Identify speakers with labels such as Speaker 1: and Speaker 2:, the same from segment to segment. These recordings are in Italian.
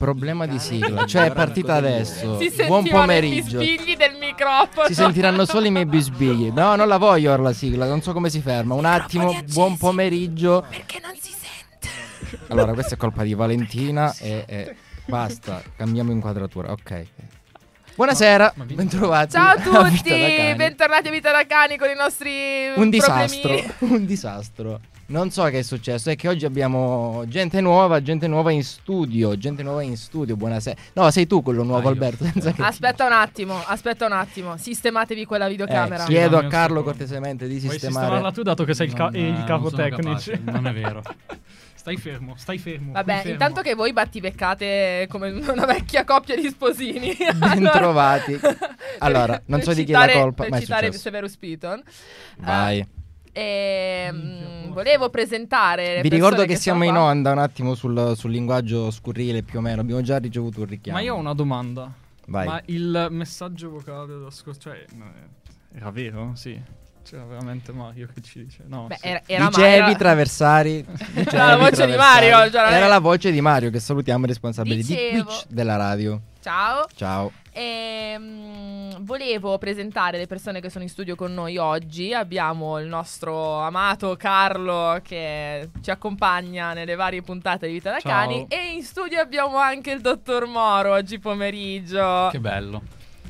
Speaker 1: Problema di sigla, cioè è partita adesso.
Speaker 2: Si
Speaker 1: Esatto. Buon
Speaker 2: sentivano i
Speaker 1: pomeriggio.
Speaker 2: bisbigli del microfono.
Speaker 1: Si sentiranno solo i miei bisbigli. No, non la voglio ora la sigla, non so come si ferma. Un attimo, buon pomeriggio.
Speaker 2: Perché non si sente?
Speaker 1: Allora, questa è colpa di Valentina e, e basta, cambiamo inquadratura. Ok. Buonasera, bentrovati.
Speaker 2: Ciao a
Speaker 1: a Vita da
Speaker 2: tutti,
Speaker 1: Cani.
Speaker 2: bentornati a Vita da Cani con i nostri
Speaker 1: un
Speaker 2: problemi.
Speaker 1: disastro, un disastro. Non so che è successo, è che oggi abbiamo gente nuova, gente nuova in studio, gente nuova in studio, buonasera. No, sei tu quello nuovo
Speaker 3: Ah, io.
Speaker 1: Alberto, senza che...
Speaker 2: Aspetta un attimo, aspetta un attimo, sistematevi quella
Speaker 1: Eh,
Speaker 2: videocamera.
Speaker 3: sì.
Speaker 1: chiedo
Speaker 3: Scusami
Speaker 1: a
Speaker 3: un
Speaker 1: Carlo
Speaker 3: secondo.
Speaker 1: cortesemente di
Speaker 4: Puoi
Speaker 1: sistemare.
Speaker 4: sistemarla tu dato che sei il, ca-
Speaker 3: Non, eh,
Speaker 4: il capo
Speaker 3: non sono
Speaker 4: tecnici.
Speaker 3: capace, non è vero. Stai fermo, stai fermo.
Speaker 2: Vabbè,
Speaker 3: fermo.
Speaker 2: intanto che voi battibeccate come una vecchia coppia di sposini.
Speaker 1: Bentrovati. Allora,
Speaker 2: per-
Speaker 1: non
Speaker 2: per
Speaker 1: so di chi è la
Speaker 2: citare-
Speaker 1: colpa,
Speaker 2: Per
Speaker 1: ma è
Speaker 2: citare ah, eh,
Speaker 1: successo.
Speaker 2: Severus Piton.
Speaker 1: Vai.
Speaker 2: Ehm, volevo presentare. le
Speaker 1: Vi
Speaker 2: persone
Speaker 1: ricordo che
Speaker 2: sono
Speaker 1: siamo in
Speaker 2: qua.
Speaker 1: onda un attimo sul, sul linguaggio scurrile più o meno, abbiamo già ricevuto un richiamo.
Speaker 3: Ma io ho una domanda.
Speaker 1: Vai.
Speaker 3: Ma il messaggio vocale dello scorso... Cioè, no, eh, era vero? Sì. C'era veramente Mario che ci dice... No,
Speaker 2: Beh,
Speaker 3: sì.
Speaker 2: era, era
Speaker 1: dicevi
Speaker 2: Mario.
Speaker 1: Traversari. dicevi
Speaker 2: la voce di
Speaker 1: Traversari.
Speaker 2: Mario, cioè, non è-
Speaker 1: Era la voce di Mario che salutiamo, responsabile di
Speaker 2: Dicevo.
Speaker 1: Twitch della radio.
Speaker 2: Ciao.
Speaker 1: Ciao.
Speaker 2: Ehm, volevo presentare le persone che sono in studio con noi oggi. Abbiamo il nostro amato Carlo che ci accompagna nelle varie puntate di Vita da
Speaker 3: Ciao.
Speaker 2: Cani. E in studio abbiamo anche il dottor Moro oggi pomeriggio.
Speaker 5: Che bello.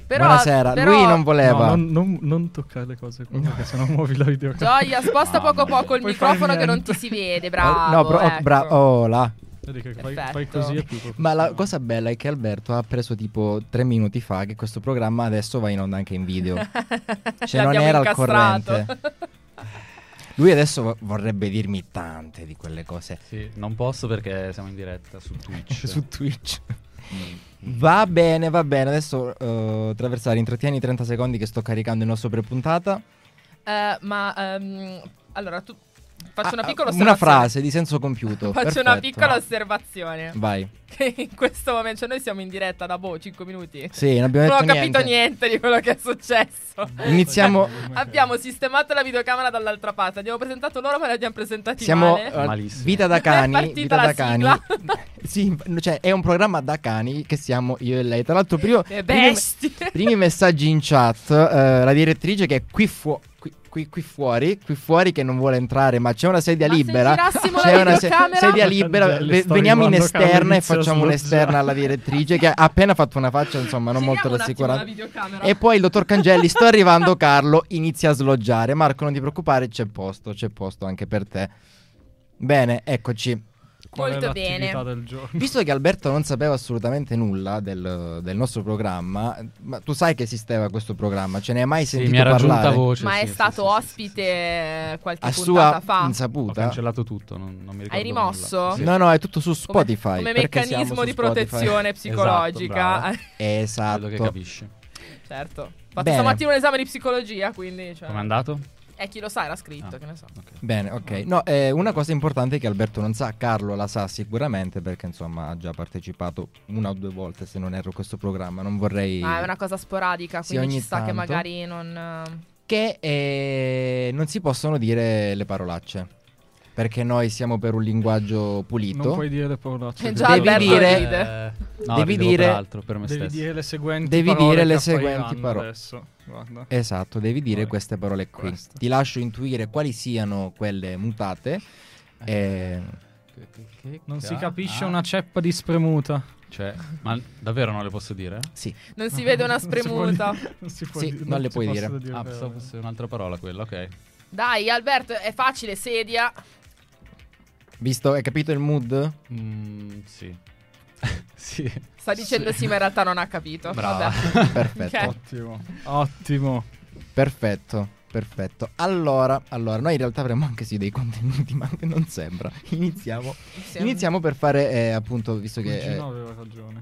Speaker 2: Però,
Speaker 1: Buonasera.
Speaker 2: però-
Speaker 1: Lui non voleva.
Speaker 4: No, non, non- non toccare le cose qua, perché sennò muovi la videocamera.
Speaker 2: Gioia, sposta poco poco il
Speaker 4: Puoi
Speaker 2: microfono
Speaker 4: fare
Speaker 2: che non
Speaker 4: niente.
Speaker 2: ti si vede, bravo.
Speaker 1: Eh, no, bro-
Speaker 2: ecco.
Speaker 1: bra- oh, là.
Speaker 4: Vedi che fai,
Speaker 2: Perfetto.
Speaker 4: fai così e più.
Speaker 1: Ma la cosa bella è che Alberto ha preso tipo tre minuti fa che questo programma adesso va in onda anche in video. Cioè, non
Speaker 2: L'abbiamo
Speaker 1: era al
Speaker 2: incastrato.
Speaker 1: corrente. Lui adesso vo- vorrebbe dirmi tante di quelle cose
Speaker 5: Sì, non posso perché siamo in diretta su Twitch.
Speaker 1: su Twitch. Mm. Va bene, va bene. Adesso eh, Traversari, intrattieni 30 secondi che sto caricando il nostro prepuntata.
Speaker 2: Eh, ma ehm, allora tu faccio una
Speaker 1: Ah,
Speaker 2: piccola
Speaker 1: Una
Speaker 2: osservazione.
Speaker 1: frase di senso compiuto.
Speaker 2: Faccio una
Speaker 1: Perfetto.
Speaker 2: piccola osservazione.
Speaker 1: Vai.
Speaker 2: Che in questo momento, cioè noi siamo in diretta da boh, 5 minuti.
Speaker 1: Sì, non abbiamo
Speaker 2: non ho
Speaker 1: detto
Speaker 2: capito niente. di quello che è successo.
Speaker 1: Iniziamo.
Speaker 2: Abbiamo sistemato la videocamera dall'altra parte. Abbiamo presentato loro, ma li abbiamo presentati
Speaker 1: Siamo
Speaker 2: male.
Speaker 1: eh,
Speaker 5: Malissimo.
Speaker 1: Vita da
Speaker 2: È
Speaker 1: cani,
Speaker 2: partita
Speaker 1: vita
Speaker 2: la
Speaker 1: da cani. Sì, cioè è un programma da cani che siamo io e lei. Tra l'altro primo-
Speaker 2: Le
Speaker 1: primi,
Speaker 2: bestie.
Speaker 1: primi messaggi in chat, eh, la direttrice che è qui, fuo- qui, qui- qui fuori, qui fuori che non vuole entrare, ma c'è una sedia
Speaker 2: Ma se
Speaker 1: libera.
Speaker 2: girassimo la
Speaker 1: C'è una se-
Speaker 2: videocamera?
Speaker 1: sedia
Speaker 4: Facendo
Speaker 1: libera,
Speaker 4: le
Speaker 1: ve-
Speaker 4: storie
Speaker 1: veniamo in
Speaker 4: quando
Speaker 1: esterna
Speaker 4: Carlo
Speaker 1: e
Speaker 4: inizia a
Speaker 1: facciamo
Speaker 4: sloggiare.
Speaker 1: un'esterna alla direttrice che ha appena fatto una faccia, insomma, non
Speaker 2: Giriamo
Speaker 1: molto
Speaker 2: un attimo la
Speaker 1: rassicurante.
Speaker 2: videocamera.
Speaker 1: E poi il dottor Cangelli, sto arrivando Carlo, inizia a sloggiare. Marco, non ti preoccupare, c'è posto, c'è posto anche per te. Bene, eccoci.
Speaker 4: Qual è
Speaker 2: Molto
Speaker 4: l'attività
Speaker 2: bene.
Speaker 4: del giorno?
Speaker 1: Visto che Alberto non sapeva assolutamente nulla del, del nostro programma, ma tu sai che esisteva questo programma, ce ne hai mai
Speaker 5: Sì,
Speaker 1: sentito
Speaker 5: mi ha raggiunta
Speaker 1: parlare?
Speaker 5: voce.
Speaker 2: Ma
Speaker 5: sì,
Speaker 2: è
Speaker 5: sì,
Speaker 2: stato
Speaker 5: sì, sì, sì, sì.
Speaker 2: ospite qualche
Speaker 1: A
Speaker 2: puntata
Speaker 1: sua
Speaker 2: fa.
Speaker 5: Ho
Speaker 1: insaputa?
Speaker 5: cancellato tutto, non, non mi ricordo.
Speaker 2: Hai rimosso?
Speaker 5: nulla. Sì.
Speaker 1: No, no, è tutto su
Speaker 2: Come-
Speaker 1: Spotify.
Speaker 2: come,
Speaker 1: perché siamo
Speaker 2: meccanismo
Speaker 1: su
Speaker 2: di
Speaker 1: Spotify.
Speaker 2: protezione psicologica.
Speaker 5: brava. Credo che
Speaker 1: Esatto.
Speaker 5: capisci.
Speaker 2: certo. Ho fatto
Speaker 1: Bene.
Speaker 2: stamattina un esame di psicologia, quindi. Cioè,
Speaker 5: Com'è andato?
Speaker 2: eh, chi lo sa, era scritto,
Speaker 5: Ah.
Speaker 2: che ne so.
Speaker 5: Ok.
Speaker 1: Bene, ok. No, eh, una cosa importante che Alberto non sa, Carlo la sa sicuramente perché insomma ha già partecipato una o due volte se non erro a questo programma. Non vorrei
Speaker 2: Ma è una cosa sporadica,
Speaker 1: Sì,
Speaker 2: quindi
Speaker 1: ogni
Speaker 2: ci sta che
Speaker 1: tanto.
Speaker 2: magari non. eh,
Speaker 1: che eh, non si possono dire le parolacce perché noi siamo per un linguaggio pulito.
Speaker 4: Non puoi dire le parolacce.
Speaker 2: Eh,
Speaker 4: che
Speaker 2: già,
Speaker 4: devi
Speaker 1: Devi
Speaker 2: Alberto
Speaker 1: dire-
Speaker 2: ride.
Speaker 5: Eh, no,
Speaker 1: Devi
Speaker 5: ridevo
Speaker 1: dire-
Speaker 5: per altro, per me
Speaker 4: Devi
Speaker 5: stesso.
Speaker 4: dire le seguenti
Speaker 1: Devi
Speaker 4: parole
Speaker 1: dire le
Speaker 4: che
Speaker 1: seguenti
Speaker 4: appariranno
Speaker 1: parole.
Speaker 4: Adesso. Guarda.
Speaker 1: Esatto, devi dire
Speaker 4: Vai.
Speaker 1: queste parole qui.
Speaker 4: Queste.
Speaker 1: Ti lascio intuire quali siano quelle mutate. eh,
Speaker 4: Non si capisce
Speaker 5: Ah,
Speaker 4: una ceppa di spremuta.
Speaker 5: Cioè, ma davvero non le posso dire?
Speaker 1: sì,
Speaker 2: Non si vede una
Speaker 4: Non si può
Speaker 2: spremuta.
Speaker 4: dire- Non si può
Speaker 1: Sì,
Speaker 4: dire-
Speaker 1: non le
Speaker 4: si
Speaker 1: puoi
Speaker 4: possono
Speaker 1: dire.
Speaker 5: Ah,
Speaker 4: parole.
Speaker 5: pensavo fosse un'altra parola quella, ok.
Speaker 2: Dai, Alberto, è facile, sedia.
Speaker 1: visto, hai capito il mood?
Speaker 5: Mm, sì. sì.
Speaker 2: Sta dicendo sì, ma in realtà non ha capito.
Speaker 5: Brava.
Speaker 2: Vabbè.
Speaker 1: Perfetto.
Speaker 2: Ok.
Speaker 4: Ottimo. Ottimo.
Speaker 1: Perfetto, perfetto. Allora, allora, noi in realtà avremo anche sì dei contenuti, ma anche non sembra. Iniziamo.
Speaker 2: Sì.
Speaker 1: Iniziamo per fare, eh, appunto, visto che... eh,
Speaker 4: Cugino aveva ragione.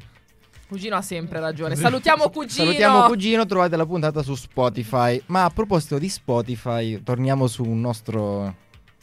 Speaker 2: Cugino ha sempre ragione. Salutiamo Cugino.
Speaker 1: Salutiamo Cugino, trovate la puntata su Spotify. Ma a proposito di Spotify, torniamo su un nostro,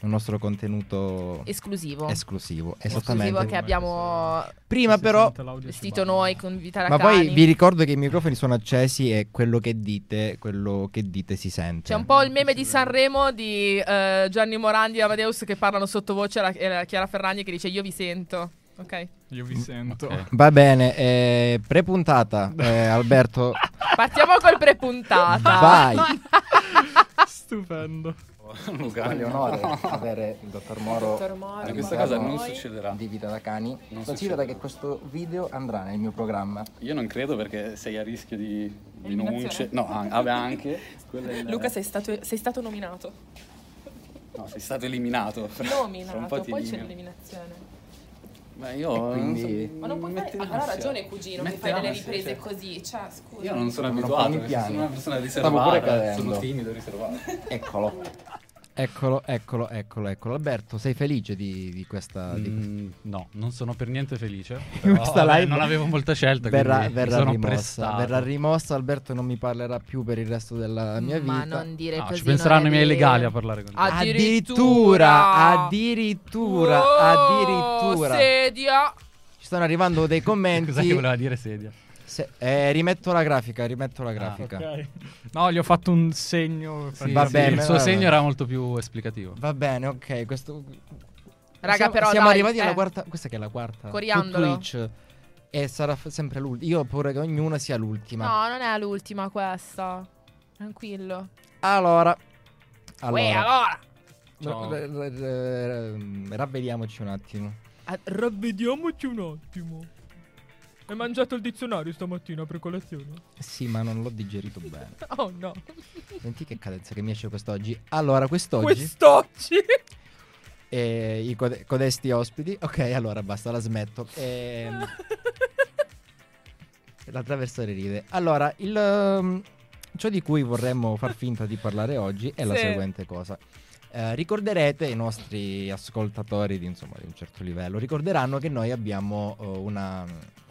Speaker 1: un nostro contenuto
Speaker 2: Esclusivo.
Speaker 1: esclusivo.
Speaker 2: Esclusivo
Speaker 1: Esattamente.
Speaker 2: che abbiamo
Speaker 1: Prima
Speaker 4: Si
Speaker 1: però...
Speaker 4: sente l'audio ci
Speaker 2: vestito
Speaker 4: balla.
Speaker 2: noi con Vita
Speaker 1: Ma
Speaker 2: Racani.
Speaker 1: poi vi ricordo che i microfoni sono accesi e quello che dite, quello che dite si sente.
Speaker 2: C'è un po' il meme di Sanremo di eh, Gianni Morandi e Amadeus che parlano sottovoce alla- e alla Chiara Ferragni che dice io vi sento. Ok.
Speaker 3: Io
Speaker 1: Mm,
Speaker 3: vi sento.
Speaker 5: Ok.
Speaker 1: Va bene, eh, prepuntata, eh, Alberto.
Speaker 2: Partiamo col prepuntata.
Speaker 1: vai.
Speaker 3: Stupendo.
Speaker 6: È un onore avere il dottor Moro
Speaker 2: Moro,
Speaker 6: in
Speaker 7: Questa
Speaker 6: programma
Speaker 7: cosa non succederà.
Speaker 6: di vita da cani.
Speaker 7: Non
Speaker 6: Considera
Speaker 7: succederà.
Speaker 6: che questo video andrà nel mio programma.
Speaker 7: Io non credo perché sei a rischio di
Speaker 2: Eliminazione.
Speaker 7: denunce. No, an- vabbè, anche. Quello è il-
Speaker 8: Luca, sei stato, sei stato nominato.
Speaker 7: No, sei stato eliminato. Fra- fra un
Speaker 8: Nominato,
Speaker 7: po'
Speaker 8: poi
Speaker 7: ti
Speaker 8: c'è
Speaker 7: elimino.
Speaker 8: l'eliminazione.
Speaker 7: Ma io.
Speaker 6: Quindi-
Speaker 8: Ma
Speaker 5: Mm,
Speaker 8: non puoi fare.
Speaker 7: Mette
Speaker 8: Allora ha
Speaker 7: l'ansia.
Speaker 8: ragione, cugino, che
Speaker 7: Mette
Speaker 8: fai delle
Speaker 7: l'ansia,
Speaker 8: riprese
Speaker 7: cioè.
Speaker 8: così. Cioè, scusa.
Speaker 7: Io non sono
Speaker 6: Non
Speaker 7: abituato,
Speaker 6: fanno i
Speaker 7: nel senso,
Speaker 6: piani.
Speaker 7: sono una persona
Speaker 6: Stavo pure
Speaker 7: riservata, eh,
Speaker 6: cadendo.
Speaker 7: sono timido e riservato.
Speaker 6: Eccolo.
Speaker 1: Eccolo, eccolo, eccolo, eccolo. Alberto, sei felice di, di questa... di-
Speaker 5: Mm, no, non sono per niente felice.
Speaker 1: di
Speaker 5: però,
Speaker 1: Ah, questa
Speaker 5: vabbè,
Speaker 1: live?
Speaker 5: non avevo molta scelta.
Speaker 1: Verrà,
Speaker 5: quindi mi
Speaker 1: verrà
Speaker 5: sono
Speaker 1: rimossa.
Speaker 5: prestato.
Speaker 1: Verrà rimossa. Alberto non mi parlerà più per il resto della mia vita.
Speaker 2: Ma non dire
Speaker 5: No,
Speaker 2: così.
Speaker 5: ci penseranno
Speaker 2: non è
Speaker 5: i miei
Speaker 2: vero.
Speaker 5: legali a parlare con te.
Speaker 2: Ah,
Speaker 1: Addirittura, addirittura,
Speaker 2: Oh,
Speaker 1: addirittura.
Speaker 2: Sedia.
Speaker 1: Ci stanno arrivando dei
Speaker 5: Cos'è che
Speaker 1: commenti.
Speaker 5: voleva dire sedia?
Speaker 1: Se- eh, rimetto la grafica, rimetto
Speaker 5: Ah,
Speaker 1: la grafica.
Speaker 3: Ok. No, gli ho fatto un segno. per
Speaker 5: Sì,
Speaker 1: va
Speaker 5: sì,
Speaker 1: bene,
Speaker 5: il suo
Speaker 1: va
Speaker 5: segno
Speaker 1: bene.
Speaker 5: era molto più esplicativo.
Speaker 1: Va bene, ok, questo
Speaker 2: Raga,
Speaker 1: siamo,
Speaker 2: però,
Speaker 1: siamo
Speaker 2: dai,
Speaker 1: arrivati alla
Speaker 2: eh.
Speaker 1: quarta, questa che è la quarta
Speaker 2: Coriandolo.
Speaker 1: su Twitch e sarà f- sempre l'ultima. Io ho paura che ognuna sia l'ultima.
Speaker 2: No, non è l'ultima questa. Tranquillo.
Speaker 1: Allora,
Speaker 2: Uè,
Speaker 1: allora,
Speaker 2: allora.
Speaker 5: Ciao.
Speaker 1: r- r- r- r- ehm, ravvediamoci un attimo.
Speaker 2: Ah, r-
Speaker 4: Ravvediamoci un attimo. Hai mangiato il dizionario stamattina per colazione?
Speaker 1: Sì, ma non l'ho digerito bene.
Speaker 4: Oh no.
Speaker 1: Senti che cadenza che mi esce quest'oggi. Allora, quest'oggi
Speaker 4: Quest'oggi.
Speaker 1: eh, i code- codesti ospiti. Ok, allora basta, la smetto. Ehm La traversare ride. Allora, il, ehm, ciò di cui vorremmo far finta di parlare oggi è la
Speaker 2: Sì.
Speaker 1: seguente cosa. Eh, ricorderete, i nostri ascoltatori di, insomma, di un certo livello, ricorderanno che noi abbiamo eh, una mm,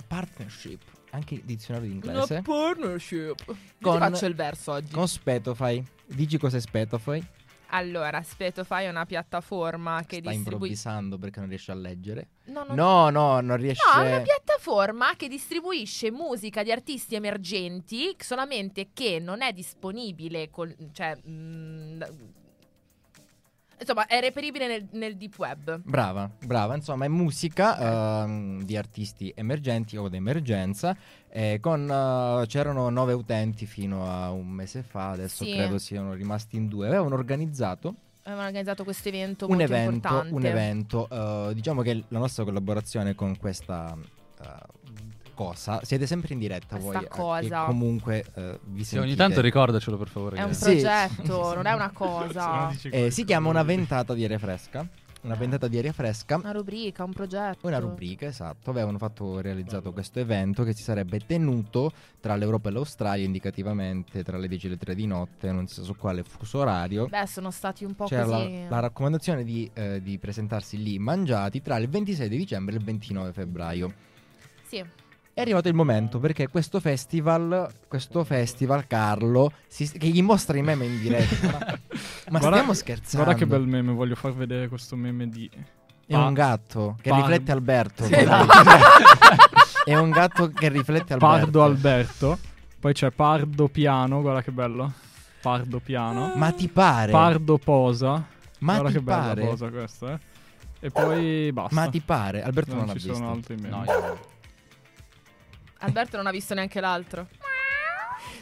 Speaker 1: partnership, anche il dizionario di inglese,
Speaker 2: partnership.
Speaker 1: Con-
Speaker 2: Ti faccio il verso oggi.
Speaker 1: con Spetofy. Dici cos'è Spetofy?
Speaker 2: Allora, Spetofy è una piattaforma che
Speaker 1: Sta
Speaker 2: distribuisce.
Speaker 1: improvvisando perché non riesce a leggere.
Speaker 2: No, no,
Speaker 1: No, cioè no, non riesce...
Speaker 2: No, è una piattaforma che distribuisce musica di artisti emergenti, solamente che non è disponibile, col- cioè... mm, insomma, è reperibile nel, nel deep web.
Speaker 1: Brava, brava, insomma è musica ehm, di artisti emergenti o d'emergenza. eh, con, eh, c'erano nove utenti fino a un mese fa, adesso
Speaker 2: Sì.
Speaker 1: credo siano rimasti in due. Avevano organizzato
Speaker 2: Avevano organizzato questo evento
Speaker 1: un
Speaker 2: molto
Speaker 1: evento,
Speaker 2: importante.
Speaker 1: un evento. eh, diciamo che la nostra collaborazione con questa eh, cosa, siete sempre in diretta
Speaker 2: Questa
Speaker 1: voi. eh,
Speaker 2: cosa.
Speaker 1: e comunque eh, vi
Speaker 5: Sì, ogni
Speaker 1: sentite.
Speaker 5: tanto ricordacelo per favore.
Speaker 2: È un
Speaker 5: che-
Speaker 1: Sì.
Speaker 2: progetto, non è una
Speaker 3: Se no
Speaker 2: cosa.
Speaker 3: dici
Speaker 1: Eh, si chiama Una
Speaker 3: qualcosa.
Speaker 1: ventata di aria fresca. Una ventata di aria fresca.
Speaker 2: Una rubrica, un progetto.
Speaker 1: Una rubrica, esatto, avevano fatto realizzato questo evento che si sarebbe tenuto tra l'Europa e l'Australia, indicativamente tra le 10 e le 3 di notte, non so su quale fuso orario.
Speaker 2: Beh, sono stati un po'
Speaker 1: C'era
Speaker 2: così...
Speaker 1: la, la raccomandazione di, eh, di presentarsi lì mangiati tra il 26 di dicembre e il 29 febbraio.
Speaker 2: Sì,
Speaker 1: È arrivato il momento perché questo festival, questo festival Carlo, si- che gli mostra i meme in diretta. ma ma
Speaker 3: Guarda-
Speaker 1: stiamo scherzando?
Speaker 3: Guarda che bel meme, voglio far vedere questo meme di...
Speaker 1: È un gatto che
Speaker 3: Par-
Speaker 1: riflette Alberto.
Speaker 3: Sì, esatto.
Speaker 1: guardate. È un gatto che riflette Alberto.
Speaker 3: Pardo Alberto. Poi c'è Pardo Piano, guarda che bello. Pardo Piano.
Speaker 1: Ma ti pare?
Speaker 3: Pardo Posa.
Speaker 1: Ah. ma
Speaker 3: guarda
Speaker 1: ti
Speaker 3: che bella
Speaker 1: pare?
Speaker 3: posa questa, eh. E poi basta.
Speaker 1: Ma ti pare? Alberto
Speaker 3: non,
Speaker 1: non, l'ha
Speaker 3: ci
Speaker 1: visto.
Speaker 3: sono altri meme.
Speaker 5: No, io-
Speaker 2: Alberto non ha visto neanche l'altro.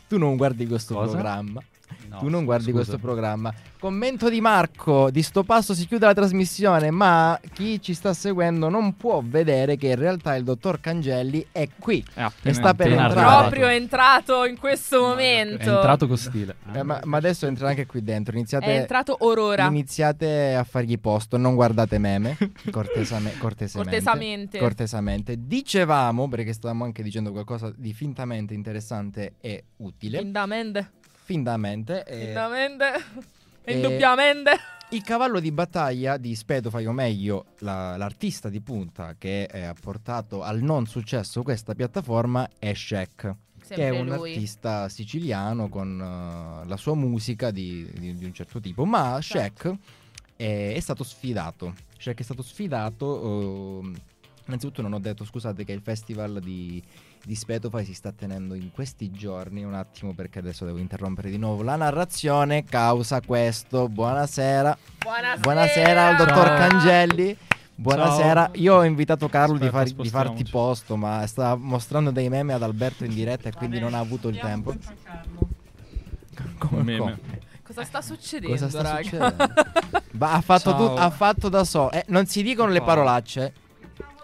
Speaker 1: Tu non guardi questo
Speaker 5: Cosa?
Speaker 1: programma.
Speaker 5: no,
Speaker 1: tu non guardi
Speaker 5: scusa.
Speaker 1: questo programma. Commento di Marco. Di sto passo si chiude la trasmissione, ma chi ci sta seguendo non può vedere che in realtà il dottor Cangelli è qui.
Speaker 3: È appena
Speaker 1: E sta per
Speaker 3: Ah, appena
Speaker 1: entrare.
Speaker 3: arrivato.
Speaker 2: Proprio è entrato in questo
Speaker 5: È
Speaker 2: momento.
Speaker 5: entrato con stile.
Speaker 3: Ah,
Speaker 1: Eh, ma, ma adesso entra anche qui dentro. Iniziate,
Speaker 2: È entrato orora.
Speaker 1: iniziate a fargli posto. Non guardate meme. cortesame- cortesemente.
Speaker 2: Cortesamente.
Speaker 1: Cortesemente. Dicevamo, perché stavamo anche dicendo qualcosa di fintamente interessante e utile.
Speaker 2: Indamende.
Speaker 1: Findamente. eh,
Speaker 2: Indamende.
Speaker 1: eh,
Speaker 2: Indubbiamente.
Speaker 1: il cavallo di battaglia di Spedofai, o meglio, la- l'artista di punta che eh, ha portato al non successo questa piattaforma è Shaq. Che è
Speaker 2: Sempre
Speaker 1: un
Speaker 2: lui.
Speaker 1: artista siciliano con eh, la sua musica di, di- di un certo tipo, ma
Speaker 2: Esatto.
Speaker 1: Shaq è, è stato sfidato. Shaq è stato sfidato. ehm, innanzitutto non ho detto, scusate, che il festival di, di Spetofai si sta tenendo in questi giorni. Un attimo perché adesso devo interrompere di nuovo la narrazione causa questo. Buonasera.
Speaker 2: Buonasera.
Speaker 1: Buonasera al dottor
Speaker 2: Cangelli
Speaker 1: Cangelli. Buonasera, io ho invitato Carlo di,
Speaker 3: Aspetta,
Speaker 1: far- di farti
Speaker 3: spostiamoci.
Speaker 1: posto, ma sta mostrando dei meme ad Alberto in diretta e quindi non ha avuto il tempo. Come-
Speaker 3: Meme.
Speaker 1: come?
Speaker 2: Cosa sta succedendo,
Speaker 1: Cosa sta
Speaker 2: raga?
Speaker 1: succedendo? Ma ha fatto,
Speaker 3: Ciao.
Speaker 1: tut- ha fatto da solo. Eh, non si dicono le
Speaker 3: Wow.
Speaker 1: parolacce.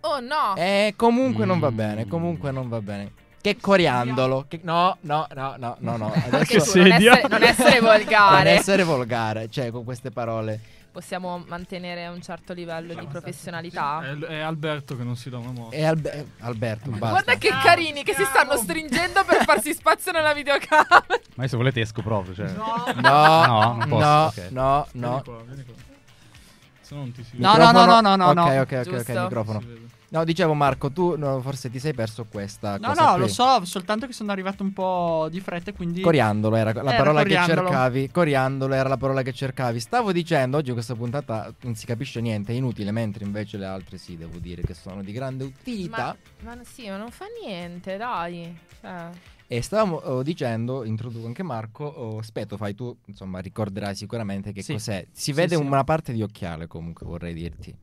Speaker 2: Oh no!
Speaker 1: Eh, comunque non va bene.
Speaker 5: Mm.
Speaker 1: Comunque non va bene. Che coriandolo. Che- no, no, no, no, no. no.
Speaker 2: Anche
Speaker 1: Adesso
Speaker 2: tu, non
Speaker 3: sedia.
Speaker 2: essere, non essere
Speaker 1: non
Speaker 2: volgare.
Speaker 1: essere volgare, cioè con queste parole.
Speaker 2: Possiamo mantenere un certo livello di professionalità.
Speaker 3: È, è Alberto che non si dà una mossa.
Speaker 1: E Albe- eh, Alberto, basta.
Speaker 2: Guarda che carini che si stanno stringendo per farsi spazio nella videocamera.
Speaker 5: Ma io se volete esco proprio. Cioè. No.
Speaker 1: No,
Speaker 5: No, non posso,
Speaker 1: no,
Speaker 5: ok.
Speaker 1: no,
Speaker 3: Vieni
Speaker 1: no.
Speaker 3: qua, vieni qua. Se no non ti si
Speaker 9: No,
Speaker 3: vede.
Speaker 9: no, no,
Speaker 1: Microfono-
Speaker 9: no, no, no, no.
Speaker 1: Ok, ok, ok, ok,
Speaker 2: Giusto.
Speaker 1: microfono.
Speaker 3: Si vede.
Speaker 1: No, dicevo Marco, tu no, forse ti sei perso questa
Speaker 9: No,
Speaker 1: cosa
Speaker 9: no,
Speaker 1: qui.
Speaker 9: lo so, soltanto che sono arrivato un po' di fretta, quindi...
Speaker 1: Coriandolo era la
Speaker 9: Era
Speaker 1: parola che
Speaker 9: coriandolo.
Speaker 1: cercavi. Coriandolo era la parola che cercavi. Stavo dicendo, oggi questa puntata non si capisce niente, è inutile, mentre invece le altre sì, devo dire che sono di grande utilità.
Speaker 2: Ma, ma sì, ma non fa niente, dai. Cioè,
Speaker 1: E stavamo oh, dicendo, introduco anche Marco, oh, Speto, fai tu, insomma, ricorderai sicuramente che
Speaker 9: Sì.
Speaker 1: cos'è. Si
Speaker 9: Sì,
Speaker 1: vede
Speaker 9: sì.
Speaker 1: una parte di occhiale comunque, vorrei dirti.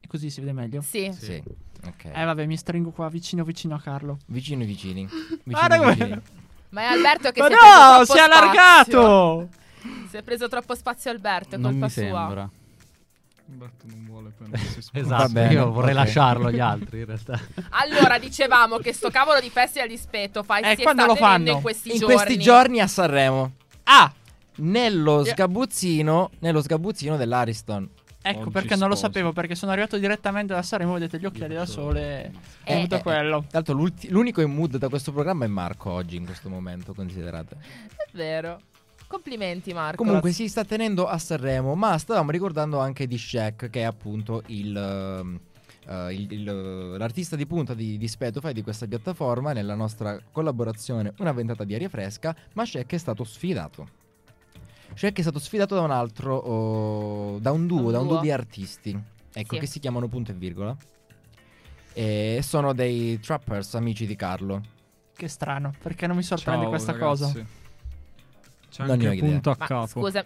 Speaker 9: E Così si vede meglio.
Speaker 2: sì.
Speaker 1: Sì. Ok.
Speaker 9: Eh vabbè, mi stringo qua vicino vicino a Carlo.
Speaker 1: Vicini vicini. Vicini,
Speaker 9: Guarda come-
Speaker 1: vicini.
Speaker 2: Ma è Alberto che
Speaker 9: Ma
Speaker 2: si è preso
Speaker 9: no,
Speaker 2: troppo
Speaker 9: si è allargato!
Speaker 2: spazio. Si è preso troppo spazio Alberto, è
Speaker 5: Non
Speaker 2: colpa
Speaker 5: mi
Speaker 2: sua.
Speaker 5: sembra.
Speaker 3: Alberto non vuole prendersi spazio.
Speaker 1: Va
Speaker 5: Esatto,
Speaker 1: bene,
Speaker 5: io vorrei
Speaker 1: ok.
Speaker 5: lasciarlo agli altri in realtà.
Speaker 2: Allora, dicevamo che sto cavolo di festival di spetto fai
Speaker 9: Eh,
Speaker 2: si
Speaker 9: quando
Speaker 2: sta
Speaker 9: lo
Speaker 2: tenendo
Speaker 9: fanno?
Speaker 2: in questi
Speaker 1: In
Speaker 2: giorni.
Speaker 1: questi giorni a Sanremo.
Speaker 9: Ah,
Speaker 1: Nello
Speaker 9: Io-
Speaker 1: sgabuzzino, nello sgabuzzino dell'Ariston.
Speaker 9: ecco
Speaker 3: Oggi
Speaker 9: perché non lo
Speaker 3: sposo.
Speaker 9: sapevo, perché sono arrivato direttamente da Sanremo, vedete gli occhiali da sole. È
Speaker 2: Eh.
Speaker 9: venuto quello.
Speaker 1: Tra l'altro l'ulti- l'unico in mood da questo programma è Marco oggi in questo momento, considerate.
Speaker 2: È vero. Complimenti Marco.
Speaker 1: Comunque si sta tenendo a Sanremo, ma stavamo ricordando anche di Shaq, che è appunto il, ehm, eh, il- il, eh, l'artista di punta di, di Spotify di questa piattaforma nella nostra collaborazione Una ventata di aria fresca, ma Shaq è stato sfidato. Shaq è stato sfidato da un altro, oh, da un duo,
Speaker 2: Un
Speaker 1: da un
Speaker 2: duo.
Speaker 1: duo di artisti, ecco,
Speaker 2: Sì.
Speaker 1: che si chiamano punto e virgola. E sono dei trappers amici di Carlo.
Speaker 9: Che strano, perché non mi sorprende
Speaker 3: Ciao,
Speaker 9: questa
Speaker 3: ragazzi.
Speaker 9: cosa.
Speaker 3: C'è
Speaker 1: Non ne ho
Speaker 3: anche
Speaker 1: idea.
Speaker 3: punto a
Speaker 2: Ma
Speaker 3: capo.
Speaker 2: scusa,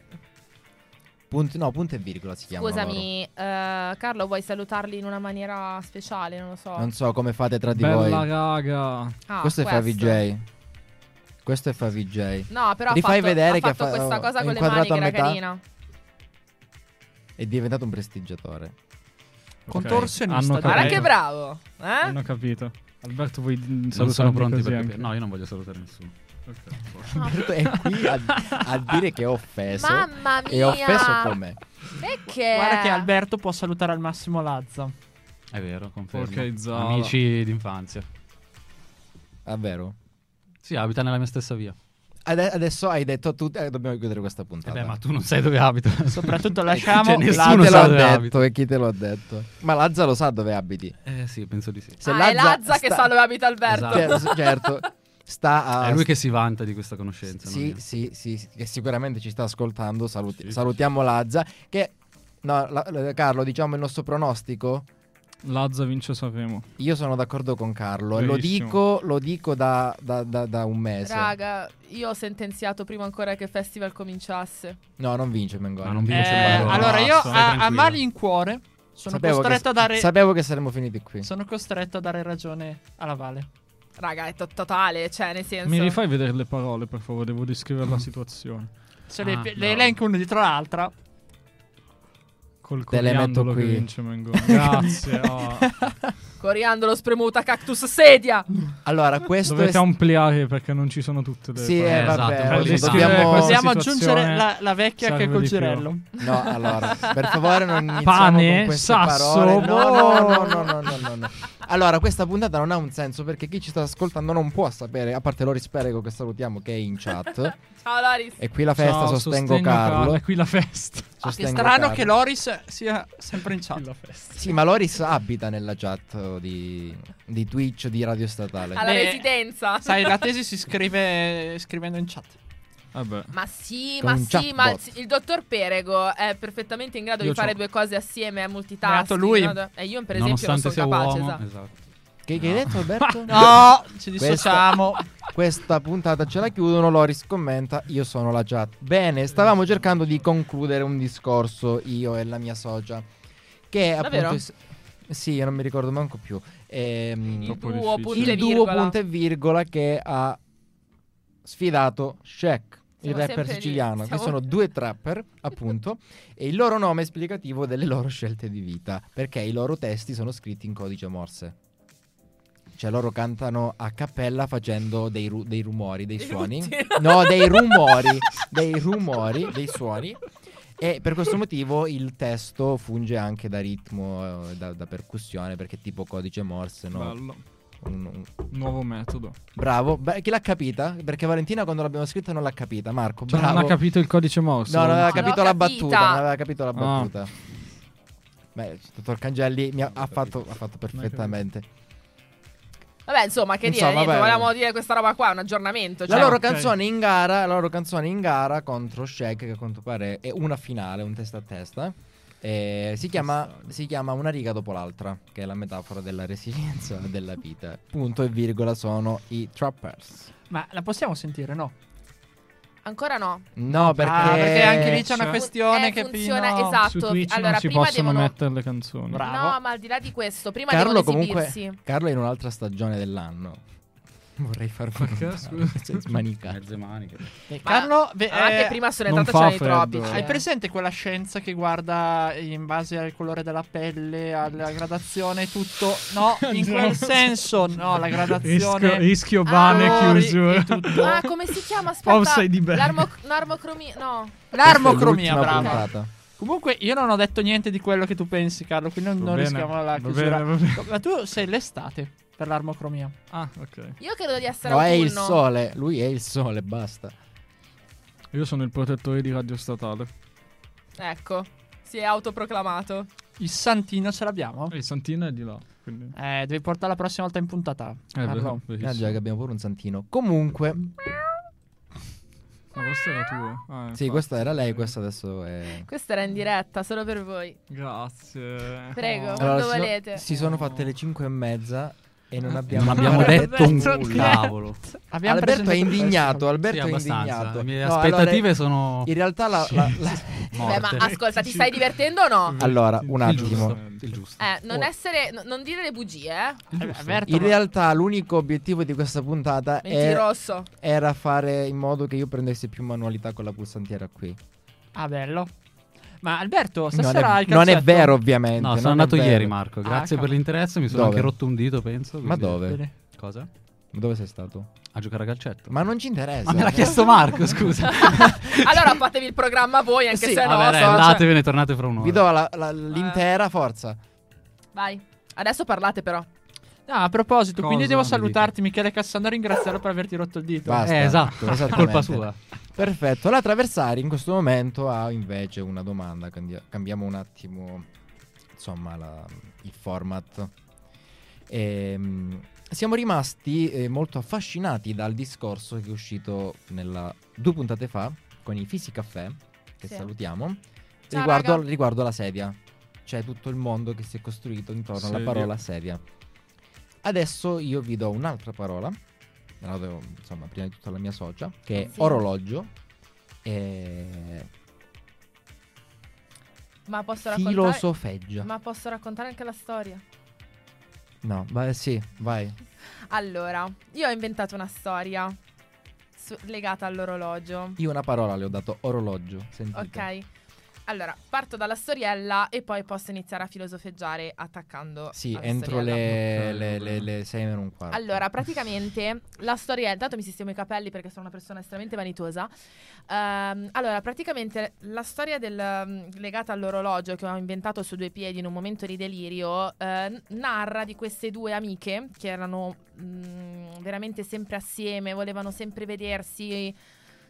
Speaker 1: Punto, no, punto e virgola si chiamano loro.
Speaker 2: scusami, eh, Carlo, vuoi salutarli in una maniera speciale? Non lo so.
Speaker 1: Non so come fate tra di
Speaker 3: Bella
Speaker 1: voi.
Speaker 3: raga.
Speaker 2: Ah,
Speaker 1: questo è FaVJ. Questo è FaVJ.
Speaker 2: No, però
Speaker 1: Li
Speaker 2: ha
Speaker 1: fai
Speaker 2: fatto,
Speaker 1: vedere
Speaker 2: ha
Speaker 1: che ha
Speaker 2: fatto
Speaker 1: fa-
Speaker 2: questa
Speaker 1: oh,
Speaker 2: cosa
Speaker 1: è
Speaker 2: con le mani
Speaker 1: inquadrato
Speaker 2: che
Speaker 1: a
Speaker 2: era
Speaker 1: metà.
Speaker 2: carina.
Speaker 1: È diventato un prestigiatore.
Speaker 3: Ok.
Speaker 9: Contorsionista,
Speaker 3: Hanno
Speaker 2: Guarda
Speaker 9: Guarda
Speaker 3: capito.
Speaker 2: che bravo, eh?
Speaker 3: Non ho capito. Alberto vuoi non
Speaker 5: Non sono pronti per capire. No, io non voglio salutare nessuno.
Speaker 1: Alberto è qui a, a dire che è offeso.
Speaker 2: Ah. Mamma mia.
Speaker 1: E offeso come?
Speaker 2: Perché? Ah,
Speaker 9: Guarda che Alberto può salutare al massimo Lazza.
Speaker 5: È vero, confermo.
Speaker 3: Ok, Zala.
Speaker 5: Amici d'infanzia.
Speaker 1: Davvero?
Speaker 5: Sì, abita nella mia stessa via.
Speaker 1: Ah, Ade- adesso hai detto a tutti. eh, dobbiamo chiudere questa
Speaker 5: Eh
Speaker 1: puntata.
Speaker 5: beh, ma tu non sai dove abito.
Speaker 9: Soprattutto lasciamo
Speaker 5: Cioè,
Speaker 1: Chi
Speaker 5: nessuno
Speaker 9: Lazza.
Speaker 1: te
Speaker 5: sa
Speaker 1: l'ha
Speaker 5: dove
Speaker 1: detto
Speaker 5: abito.
Speaker 1: e chi te l'ha detto? Ma Lazza lo sa dove abiti.
Speaker 5: Eh sì, penso di sì.
Speaker 1: Se
Speaker 2: ah, è Lazza che
Speaker 1: sta-
Speaker 2: sa dove abita Alberto.
Speaker 5: Esatto.
Speaker 1: Cioè, s- certo. Sta a.
Speaker 5: È lui che si vanta di questa conoscenza. non
Speaker 1: Ah, Sì,
Speaker 5: io.
Speaker 1: sì, sì, sì, che sicuramente ci sta ascoltando. saluti-
Speaker 5: Sì, sì,
Speaker 1: salutiamo Lazza. Che. No, la- la- Carlo, diciamo il nostro pronostico?
Speaker 3: Lazza vince Sanremo.
Speaker 1: Io sono d'accordo con Carlo e lo
Speaker 3: Verissimo.
Speaker 1: dico, lo dico da, da- da- da un mese.
Speaker 2: Raga, io ho sentenziato prima ancora che il festival cominciasse.
Speaker 1: No, non vince Mengoni.
Speaker 5: Ma non
Speaker 9: Eh,
Speaker 5: vince Mengoni.
Speaker 9: allora io
Speaker 5: Stai
Speaker 9: a, a
Speaker 5: tranquillo.
Speaker 9: malincuore sono costretto a dare
Speaker 1: sapevo che saremmo finiti qui.
Speaker 9: sono costretto a dare ragione alla Vale.
Speaker 2: Raga, è to- totale, cioè, nel senso.
Speaker 3: Mi rifai vedere le parole, per favore, devo descrivere la situazione.
Speaker 9: Se le,
Speaker 5: Ah,
Speaker 9: le
Speaker 5: bravo.
Speaker 9: elenco una dietro l'altra.
Speaker 3: Col
Speaker 1: Te le metto
Speaker 3: coriandolo che
Speaker 1: qui.
Speaker 3: vince Mengoni. Grazie. oh.
Speaker 2: Coriandolo spremuta cactus sedia.
Speaker 1: Allora, questo
Speaker 3: Dovete
Speaker 1: è
Speaker 3: ampliare perché non ci sono tutte le
Speaker 1: Sì,
Speaker 3: parole.
Speaker 1: eh,
Speaker 5: esatto,
Speaker 1: vabbè,
Speaker 5: per
Speaker 1: oggi
Speaker 5: descrivere
Speaker 1: dobbiamo
Speaker 3: questa
Speaker 9: Possiamo
Speaker 3: Cioè, situazione
Speaker 9: aggiungere la, la vecchia Ah, che
Speaker 3: serve
Speaker 9: è col
Speaker 3: di più.
Speaker 9: girello.
Speaker 1: No, allora, per favore non iniziamo
Speaker 3: Pane,
Speaker 1: con queste
Speaker 3: sasso,
Speaker 1: parole. No, no, no,
Speaker 3: boh.
Speaker 1: no, no, no, no, no. Allora, questa puntata non ha un senso perché chi ci sta ascoltando non può sapere, a parte Loris Perego che salutiamo che è in chat
Speaker 2: Ciao Loris.
Speaker 1: e qui la festa
Speaker 3: Ciao,
Speaker 1: sostengo, Carlo.
Speaker 3: È qui la festa.
Speaker 9: Ah, che
Speaker 1: Sostengo
Speaker 9: strano
Speaker 1: Carlo.
Speaker 9: che Loris sia sempre in
Speaker 3: Qui
Speaker 9: chat.
Speaker 3: la festa.
Speaker 1: Sì, ma Loris abita nella chat di, di Twitch di Radio Statale.
Speaker 2: Alla
Speaker 9: Beh,
Speaker 2: residenza.
Speaker 9: Sai, la tesi si scrive scrivendo in chat.
Speaker 3: Vabbè.
Speaker 2: Ma sì,
Speaker 1: Con
Speaker 2: ma
Speaker 1: un
Speaker 2: sì, ma il,
Speaker 1: chatbot.
Speaker 2: il dottor Perego è perfettamente in grado
Speaker 3: Io
Speaker 2: di fare
Speaker 3: c'ho-
Speaker 2: due cose assieme a
Speaker 9: Beato
Speaker 2: multitasking.
Speaker 9: lui.
Speaker 2: no? E io, per esempio, non
Speaker 5: Nonostante
Speaker 2: sono
Speaker 5: sia
Speaker 2: capace.
Speaker 5: uomo,
Speaker 2: esatto.
Speaker 5: esatto.
Speaker 1: Che, che hai detto Alberto?
Speaker 9: No, ci dissociamo.
Speaker 1: Questa puntata ce la chiudono, Loris commenta, io sono la chat. Bene, stavamo cercando di concludere un discorso, io e la mia socia, Che è
Speaker 2: Davvero?
Speaker 1: appunto. es- sì, io non mi ricordo manco più. Ehm,
Speaker 2: Il
Speaker 1: il
Speaker 5: Troppo
Speaker 2: duo
Speaker 5: difficile.
Speaker 2: punto
Speaker 1: duo
Speaker 2: e virgola.
Speaker 1: punto e virgola che ha sfidato Shaq, il
Speaker 2: Siamo
Speaker 1: rapper
Speaker 2: sempre lì,
Speaker 1: siciliano. Che
Speaker 2: siamo-
Speaker 1: sono due trapper, appunto. e il loro nome è esplicativo delle loro scelte di vita. Perché i loro testi sono scritti in codice morse. Cioè loro cantano a cappella facendo dei, ru- dei rumori, dei
Speaker 2: Dei
Speaker 1: suoni.
Speaker 2: rutti.
Speaker 1: No, dei rumori, dei rumori, dei suoni. E per questo motivo il testo funge anche da ritmo, eh, da, da percussione, perché è tipo codice morse, no?
Speaker 3: Bello.
Speaker 1: Un- un-
Speaker 3: Nuovo metodo.
Speaker 1: Bravo, beh, chi l'ha capita? Perché Valentina quando l'abbiamo scritta non l'ha capita, Marco,
Speaker 5: Cioè,
Speaker 1: bravo.
Speaker 5: non ha capito il codice mosso.
Speaker 1: No, non aveva
Speaker 2: l'ho
Speaker 1: capito la
Speaker 2: capita.
Speaker 1: battuta, non aveva capito la
Speaker 5: Ah.
Speaker 1: battuta. Beh, il dottor Cangelli mi ha, ha fatto, ha fatto perfettamente.
Speaker 2: Vabbè, insomma, che
Speaker 1: Insomma,
Speaker 2: dire, niente,
Speaker 1: vabbè.
Speaker 2: volevamo dire questa roba qua, un aggiornamento.
Speaker 1: La
Speaker 2: Cioè,
Speaker 1: loro
Speaker 3: ok.
Speaker 1: canzone in gara, la loro canzone in gara contro Shaq, che a quanto pare è una finale, un testa a testa. eh, si, chiama, si chiama Una riga dopo l'altra, che è la metafora della resilienza della vita. Punto e virgola sono i trappers.
Speaker 9: Ma la possiamo sentire, no?
Speaker 2: Ancora no.
Speaker 1: No, perché,
Speaker 9: Ah, perché anche lì c'è una
Speaker 3: Cioè-
Speaker 9: questione
Speaker 2: Eh,
Speaker 9: che
Speaker 2: funziona,
Speaker 9: fino-
Speaker 2: esatto.
Speaker 3: Su Twitch
Speaker 2: Allora,
Speaker 3: non si
Speaker 2: prima
Speaker 3: possono
Speaker 2: devono-
Speaker 3: mettere le canzoni.
Speaker 9: Bravo.
Speaker 2: No, ma al di là di questo, prima
Speaker 1: Carlo
Speaker 2: devono
Speaker 1: comunque
Speaker 2: esibirsi.
Speaker 1: Carlo è in un'altra stagione dell'anno. Vorrei farvi
Speaker 3: Perché?
Speaker 1: notare, cioè, smanicare.
Speaker 5: Mezze maniche.
Speaker 9: Eh, Carlo, ve-
Speaker 2: Ma Anche
Speaker 9: eh,
Speaker 2: prima sono
Speaker 3: non
Speaker 2: entrata c'erano i
Speaker 3: fa freddo.
Speaker 2: tropici.
Speaker 9: hai presente quella scienza che guarda in base al colore della pelle, alla gradazione, tutto? No, in quel senso, no, la
Speaker 3: Rischio,
Speaker 9: gradazione.
Speaker 3: rischio vane
Speaker 9: colori
Speaker 3: chiusura.
Speaker 9: e tutto.
Speaker 2: Ah, come si chiama? Aspetta.
Speaker 3: Offside di Berg.
Speaker 2: l'armo- l'armocromia. No.
Speaker 9: L'armocromia,
Speaker 1: Questa è
Speaker 9: bravo.
Speaker 1: l'ultima puntata.
Speaker 9: Comunque, io non ho detto niente di quello che tu pensi, Carlo, quindi non,
Speaker 3: Va
Speaker 9: non
Speaker 3: bene,
Speaker 9: rischiamo la
Speaker 3: va
Speaker 9: chiusura.
Speaker 3: bene, va bene.
Speaker 9: Ma tu sei l'estate per l'armocromia.
Speaker 3: Ah, ok.
Speaker 2: Io credo di essere
Speaker 1: No, è il
Speaker 2: autunno.
Speaker 1: sole. Lui è il sole, basta.
Speaker 3: Io sono il protettore di Radio Statale.
Speaker 2: Ecco. Si è autoproclamato.
Speaker 9: Il santino ce l'abbiamo?
Speaker 3: E Santina è di là. Quindi...
Speaker 9: Eh, devi portare la prossima volta in puntata.
Speaker 3: Eh,
Speaker 9: Carlo.
Speaker 3: vero, verissimo.
Speaker 1: Ah, già che abbiamo pure un santino. Comunque,
Speaker 3: Ma questa era tua. Ah,
Speaker 1: sì,
Speaker 3: infatti.
Speaker 1: questa era lei, questa adesso è.
Speaker 2: Questa era in diretta, solo per voi.
Speaker 3: Grazie.
Speaker 2: Prego.
Speaker 3: Oh.
Speaker 2: Quando
Speaker 1: si so-
Speaker 2: volete.
Speaker 1: Si sono fatte le 5 e mezza e non abbiamo,
Speaker 5: Non abbiamo
Speaker 1: ancora
Speaker 5: detto un
Speaker 1: nulla.
Speaker 5: cavolo.
Speaker 9: Abbiamo
Speaker 1: Alberto
Speaker 9: presentato
Speaker 1: è
Speaker 9: il
Speaker 1: indignato.
Speaker 9: festival.
Speaker 1: Alberto
Speaker 5: Sì,
Speaker 1: è
Speaker 5: abbastanza.
Speaker 1: indignato.
Speaker 5: Le mie
Speaker 1: No, allora,
Speaker 5: aspettative sono
Speaker 1: in realtà la- la- la-
Speaker 2: Beh, ma
Speaker 5: morte.
Speaker 2: ascolta, ti stai divertendo o no?
Speaker 3: Mm.
Speaker 1: Allora, un
Speaker 5: il
Speaker 1: attimo.
Speaker 5: giusto. Il giusto.
Speaker 2: Eh, non essere. no- non dire le bugie, eh.
Speaker 9: Alberto,
Speaker 1: In
Speaker 9: ma-
Speaker 1: realtà l'unico obiettivo di questa puntata
Speaker 2: Eh.
Speaker 1: è-
Speaker 2: Mentirosso.
Speaker 1: era fare in modo che io prendessi più manualità con la pulsantiera qui.
Speaker 9: Ah, bello. Ma Alberto,
Speaker 1: Non è,
Speaker 9: stasera hai il
Speaker 1: non è
Speaker 9: calcetto?
Speaker 1: vero, ovviamente.
Speaker 5: No,
Speaker 1: non
Speaker 5: sono
Speaker 1: è
Speaker 5: andato
Speaker 1: vero.
Speaker 5: ieri,
Speaker 2: Ah,
Speaker 5: Marco. Grazie
Speaker 9: cavolo.
Speaker 5: per l'interesse. Mi sono
Speaker 1: Dove?
Speaker 5: anche rotto un dito, penso.
Speaker 1: Ma
Speaker 5: quindi-
Speaker 1: dove?
Speaker 9: Bene.
Speaker 5: Cosa?
Speaker 1: Dove sei stato?
Speaker 5: A giocare a calcetto.
Speaker 1: Ma non esatto. ci interessa.
Speaker 5: Ma me l'ha chiesto Marco, scusa.
Speaker 2: Allora fatevi il programma voi, anche
Speaker 1: Sì,
Speaker 2: se no.
Speaker 5: Vabbè, dai,
Speaker 2: so- cioè-
Speaker 5: andatevene, tornate fra un'ora.
Speaker 1: Vi do la- la- l'intera forza.
Speaker 2: Vai. Adesso parlate, però.
Speaker 9: No, a proposito, quindi
Speaker 5: Cosa?
Speaker 9: devo
Speaker 5: Mi
Speaker 9: salutarti, Michele Cassano, e ringraziarlo per averti rotto il dito.
Speaker 1: Basta.
Speaker 5: Eh, esatto, è
Speaker 1: Esattamente.
Speaker 5: colpa sua.
Speaker 1: Perfetto. La Traversari in questo momento ha invece una domanda. Cambi- cambiamo un attimo, insomma, la- il format. Ehm, siamo rimasti eh, molto affascinati dal discorso che è uscito nella- due puntate fa con i Fisi Caffè, che
Speaker 2: Sì.
Speaker 1: salutiamo,
Speaker 2: Ciao,
Speaker 1: riguardo,
Speaker 2: raga.
Speaker 1: riguardo alla sedia. C'è tutto il mondo che si è costruito intorno alla
Speaker 3: Sedia.
Speaker 1: parola sedia. Adesso io vi do un'altra parola, me la do, insomma, prima di tutto alla mia socia, che è
Speaker 2: Sì.
Speaker 1: orologio e
Speaker 2: Ma posso raccontare.
Speaker 1: filosofeggia.
Speaker 2: Ma posso raccontare anche la storia?
Speaker 1: No, vai, sì, vai.
Speaker 2: Allora, io ho inventato una storia su- legata all'orologio.
Speaker 1: Io una parola le ho dato orologio. Sentite.
Speaker 2: Ok. Allora, parto dalla storiella e poi posso iniziare a filosofeggiare attaccando.
Speaker 1: Sì,
Speaker 2: alla
Speaker 1: entro
Speaker 2: storiella.
Speaker 1: le,
Speaker 5: Ok,
Speaker 1: le,
Speaker 5: va
Speaker 1: le,
Speaker 5: bene.
Speaker 1: le sei meno un quarto.
Speaker 2: Allora, praticamente la storiella. Intanto mi sistemo i capelli perché sono una persona estremamente vanitosa. Ehm, allora, praticamente la storia del, mm, legata all'orologio che ho inventato su due piedi in un momento di delirio eh, narra di queste due amiche che erano mm, veramente sempre assieme, volevano sempre vedersi.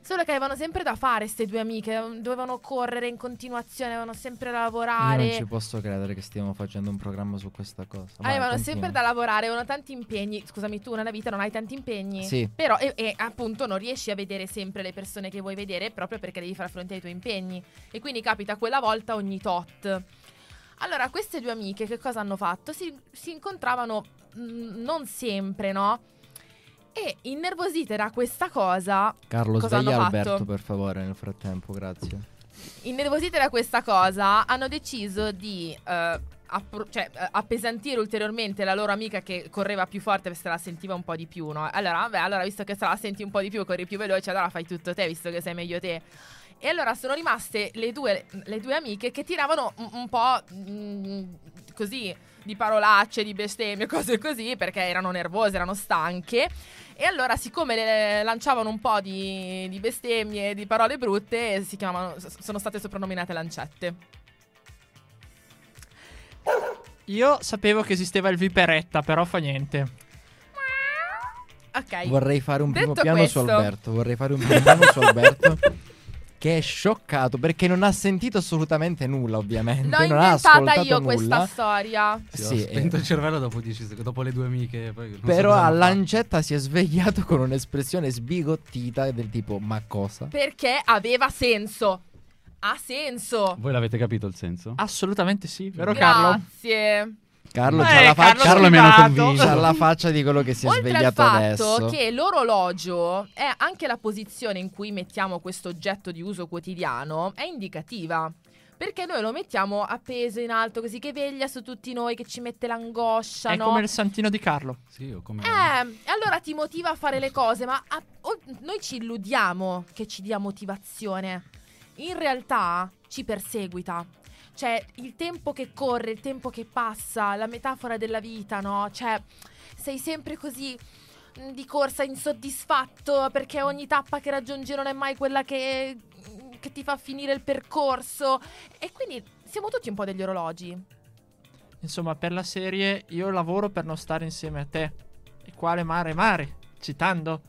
Speaker 2: Solo che avevano sempre da fare queste due amiche, ehm, dovevano correre in continuazione, avevano sempre da
Speaker 1: Io
Speaker 2: lavorare.
Speaker 1: non ci posso credere che stiamo facendo un programma su questa cosa. Vai,
Speaker 2: Avevano
Speaker 1: continua.
Speaker 2: sempre da lavorare, avevano tanti impegni. Scusami, tu nella vita non hai tanti impegni.
Speaker 1: Sì.
Speaker 2: Però, e, e appunto non riesci a vedere sempre le persone che vuoi vedere proprio perché devi far fronte ai tuoi impegni. E quindi capita quella volta ogni tot. Allora, queste due amiche che cosa hanno fatto? Si, si incontravano mh, non sempre, no? E innervosite da questa cosa,
Speaker 1: Carlo,
Speaker 2: Cosa hanno
Speaker 1: sveglia
Speaker 2: fatto?
Speaker 1: Alberto, per favore, nel frattempo, grazie.
Speaker 2: innervosite da questa cosa, hanno deciso di eh, appro- cioè, eh, appesantire ulteriormente la loro amica che correva più forte perché se la sentiva un po' di più. No? Allora, vabbè, allora visto che se la senti un po' di più, corri più veloce, allora fai tutto te, visto che sei meglio te. E allora sono rimaste le due, le due amiche che tiravano un, un po' mm, così di parolacce, di bestemmie, cose così, perché erano nervose, erano stanche. E allora, siccome le lanciavano un po' di, di bestemmie, di parole brutte, si chiamano, s- sono state soprannominate lancette.
Speaker 9: Io sapevo che esisteva il viperetta, però fa niente.
Speaker 2: Ok.
Speaker 1: Vorrei fare un primo
Speaker 2: Detto
Speaker 1: piano su
Speaker 2: questo-
Speaker 1: Alberto. Vorrei fare un primo piano su Alberto. Che è scioccato perché non ha sentito assolutamente nulla, ovviamente.
Speaker 2: L'ho
Speaker 1: non ha
Speaker 2: inventata
Speaker 1: ascoltato
Speaker 2: io
Speaker 1: nulla.
Speaker 2: questa storia.
Speaker 5: Sì,
Speaker 1: Sì,
Speaker 5: ho spento
Speaker 1: eh.
Speaker 5: il cervello dopo 10 secondi, dopo le due amiche. Poi non so
Speaker 1: Però
Speaker 5: cosa hanno
Speaker 1: a
Speaker 5: fatto.
Speaker 1: Lancetta si è svegliato con un'espressione sbigottita del tipo: Ma cosa?
Speaker 2: Perché aveva senso. Ha senso.
Speaker 5: Voi l'avete capito il senso?
Speaker 2: Ah.
Speaker 9: Assolutamente sì, vero Carlo?
Speaker 2: Grazie.
Speaker 1: Carlo
Speaker 9: Eh,
Speaker 1: c'ha la,
Speaker 9: Carlo
Speaker 1: faccia,
Speaker 9: Carlo è meno privato. convinto.
Speaker 1: c'ha la faccia di quello che si è
Speaker 2: Oltre al
Speaker 1: svegliato
Speaker 2: fatto
Speaker 1: adesso.
Speaker 2: che l'orologio è anche la posizione in cui mettiamo questo oggetto di uso quotidiano è indicativa. Perché noi lo mettiamo appeso in alto così che veglia su tutti noi, che ci mette l'angoscia,
Speaker 9: È
Speaker 2: no?
Speaker 9: come il santino di Carlo.
Speaker 5: Sì, o come.
Speaker 2: Eh, e allora ti motiva a fare le cose, ma a- o- noi ci illudiamo che ci dia motivazione. In realtà ci perseguita. Cioè, il tempo che corre, il tempo che passa, la metafora della vita, no? Cioè, sei sempre così mh, di corsa insoddisfatto perché ogni tappa che raggiungi non è mai quella che, mm, che ti fa finire il percorso. E quindi siamo tutti un po' degli orologi.
Speaker 9: Insomma, per la serie io lavoro per non stare insieme a te. E quale mare mare? Citando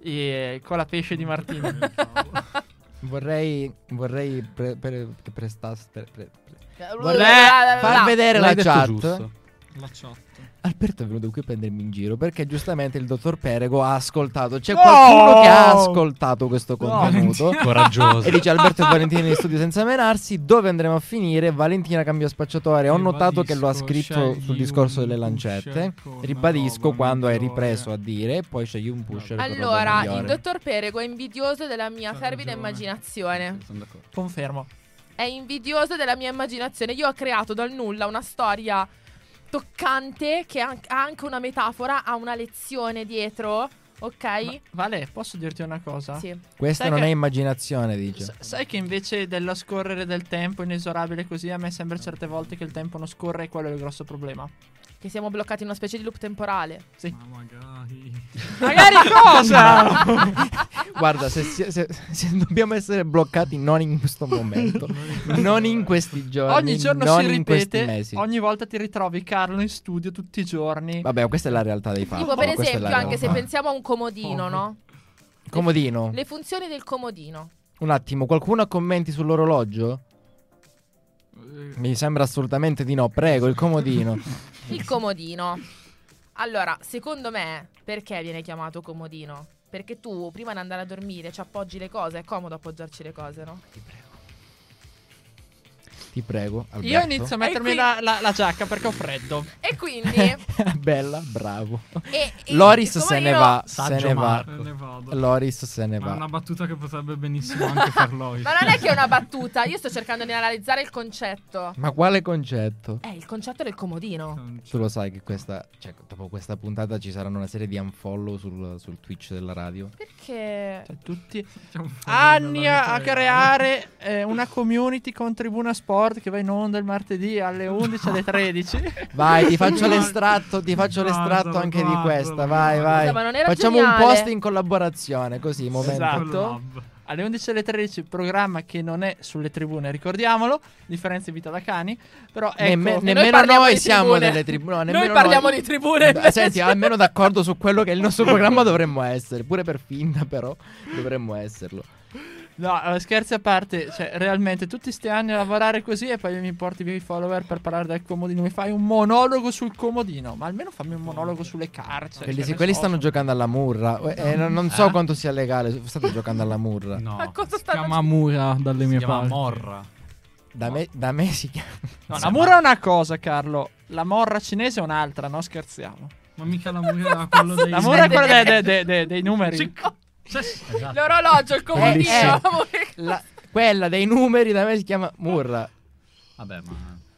Speaker 9: eh, con la pesce di Martino.
Speaker 1: Vorrei, vorrei pre- pre- che prestaste. pre- pre-
Speaker 2: Bla,
Speaker 1: Vorrei
Speaker 2: bla, bla,
Speaker 1: far
Speaker 2: bla.
Speaker 1: vedere
Speaker 5: L'hai
Speaker 1: la
Speaker 5: detto
Speaker 1: chat.
Speaker 5: giusto.
Speaker 3: La chat.
Speaker 1: Alberto è venuto qui a prendermi in giro perché giustamente il dottor Perego ha ascoltato. C'è qualcuno che ha ascoltato questo contenuto.
Speaker 5: Coraggioso.
Speaker 1: E dice Alberto e Valentina in studio senza menarsi. Dove andremo a finire? Valentina cambia spacciatore. Ho notato che lo ha scritto sul discorso delle lancette. Ribadisco quando hai ripreso a dire. Poi scegli un pusher. con roba
Speaker 2: Allora, il
Speaker 1: migliore.
Speaker 2: dottor Perego è invidioso della mia
Speaker 3: Ha
Speaker 2: fervida
Speaker 3: ragione.
Speaker 2: immaginazione.
Speaker 5: Sono d'accordo.
Speaker 9: Confermo.
Speaker 2: È invidioso della mia immaginazione. Io ho creato dal nulla una storia toccante che ha ha anche una metafora, ha una lezione dietro, ok?
Speaker 9: Ma- vale, posso dirti una cosa?
Speaker 2: Sì.
Speaker 1: Questa
Speaker 9: sai
Speaker 1: non
Speaker 9: che-
Speaker 1: è immaginazione, dice.
Speaker 9: S- sai che invece dello scorrere del tempo inesorabile così, a me sembra certe volte che il tempo non scorre e quello è il grosso problema.
Speaker 2: Che siamo bloccati in una specie di loop temporale.
Speaker 3: Ma magari.
Speaker 9: Magari cosa?
Speaker 1: Guarda, se, si- se- se dobbiamo essere bloccati non in questo momento, non in questi giorni,
Speaker 9: ogni giorno
Speaker 1: non
Speaker 9: si
Speaker 1: in questi
Speaker 9: ripete,
Speaker 1: mesi.
Speaker 9: ogni volta ti ritrovi Carlo in studio tutti i giorni.
Speaker 1: Vabbè, questa è la realtà dei fatti.
Speaker 2: tipo, per
Speaker 1: questa è
Speaker 2: esempio,
Speaker 1: la
Speaker 2: anche se
Speaker 1: realtà. Ah,
Speaker 2: pensiamo a un comodino, no?
Speaker 1: Comodino,
Speaker 2: Le funzioni del comodino.
Speaker 1: un attimo, qualcuno ha commenti sull'orologio?
Speaker 3: Eh,
Speaker 1: Mi sembra assolutamente di no, prego, il comodino.
Speaker 2: Il comodino. Allora, secondo me, perché viene chiamato comodino? Perché tu prima di andare a dormire ci appoggi le cose, è comodo appoggiarci le cose, no?
Speaker 1: Ti prego, Alberto.
Speaker 9: Io inizio a mettermi
Speaker 2: qui-
Speaker 9: la, la- la giacca perché ho freddo.
Speaker 2: E quindi...
Speaker 1: Bella, bravo.
Speaker 2: e- e-
Speaker 1: Loris
Speaker 2: siccome
Speaker 1: se ne
Speaker 2: io-
Speaker 1: va,
Speaker 5: Saggio
Speaker 1: se ne va.
Speaker 5: Marco.
Speaker 3: Eh, ne vado.
Speaker 1: Loris se ne
Speaker 3: Ma è una
Speaker 1: va.
Speaker 3: battuta che potrebbe benissimo anche far Lois.
Speaker 2: Ma non è che è una battuta, io sto cercando di analizzare il concetto.
Speaker 1: Ma quale concetto?
Speaker 2: Eh, il concetto del comodino.
Speaker 1: Tu lo sai che questa, cioè, dopo questa puntata ci saranno una serie di unfollow sul, sul Twitch della radio.
Speaker 2: Perché...
Speaker 9: Cioè, tutti
Speaker 3: C'è un po'
Speaker 2: Ah,
Speaker 9: anni
Speaker 3: della
Speaker 9: a,
Speaker 3: vita
Speaker 9: a
Speaker 3: reale.
Speaker 9: creare eh, una community con Tribuna Sport che va in onda il martedì alle 11 alle 13.
Speaker 1: Vai, ti faccio l'estratto, ti faccio
Speaker 3: Guardalo,
Speaker 1: l'estratto anche di
Speaker 3: guardalo,
Speaker 1: questa.
Speaker 3: guardalo.
Speaker 1: Vai, vai.
Speaker 2: Scusa, ma non era
Speaker 1: Facciamo
Speaker 2: geniale?
Speaker 1: un post in collaborazione, così, momento.
Speaker 9: Esatto.
Speaker 3: Collab.
Speaker 9: Alle 11 alle 13 programma che non è sulle tribune, ricordiamolo, differenza vita da cani, però ecco,
Speaker 1: Nemme-
Speaker 2: noi
Speaker 1: nemmeno
Speaker 2: parliamo
Speaker 1: noi
Speaker 2: di
Speaker 1: siamo
Speaker 2: tribune.
Speaker 1: delle tribune. no,
Speaker 2: Noi
Speaker 1: nemmeno
Speaker 2: parliamo
Speaker 1: noi.
Speaker 2: di tribune.
Speaker 1: Beh, Senti, ah. almeno d'accordo su quello che è il nostro programma dovremmo essere. Pure per finta, però, dovremmo esserlo.
Speaker 9: no, eh, scherzi a parte, cioè realmente tutti sti anni a lavorare così e poi mi porti via i follower per parlare del comodino, mi fai un monologo sul comodino, ma almeno fammi un monologo sulle carceri.
Speaker 1: quelli
Speaker 9: che
Speaker 1: sì,
Speaker 9: ne
Speaker 1: quelli
Speaker 9: so.
Speaker 1: stanno giocando alla murra. Eh, non, non so quanto sia legale. State giocando alla murra.
Speaker 2: Ma
Speaker 5: No.
Speaker 2: cosa
Speaker 3: Si
Speaker 2: stanno...
Speaker 3: Chiama Mura dalle
Speaker 5: Si
Speaker 3: mie
Speaker 5: chiama
Speaker 3: parti.
Speaker 5: Morra.
Speaker 1: Da, me, da me si chiama.
Speaker 9: No, la mura è una cosa, Carlo, la morra cinese è un'altra, no scherziamo.
Speaker 3: Ma mica la Mura era quello dei.
Speaker 9: La morra è quella dei, dei- dei- dei numeri.
Speaker 2: Eh, L'orologio, il comodino.
Speaker 1: La- Quella dei numeri da me si chiama Murra.
Speaker 5: Vabbè, ma.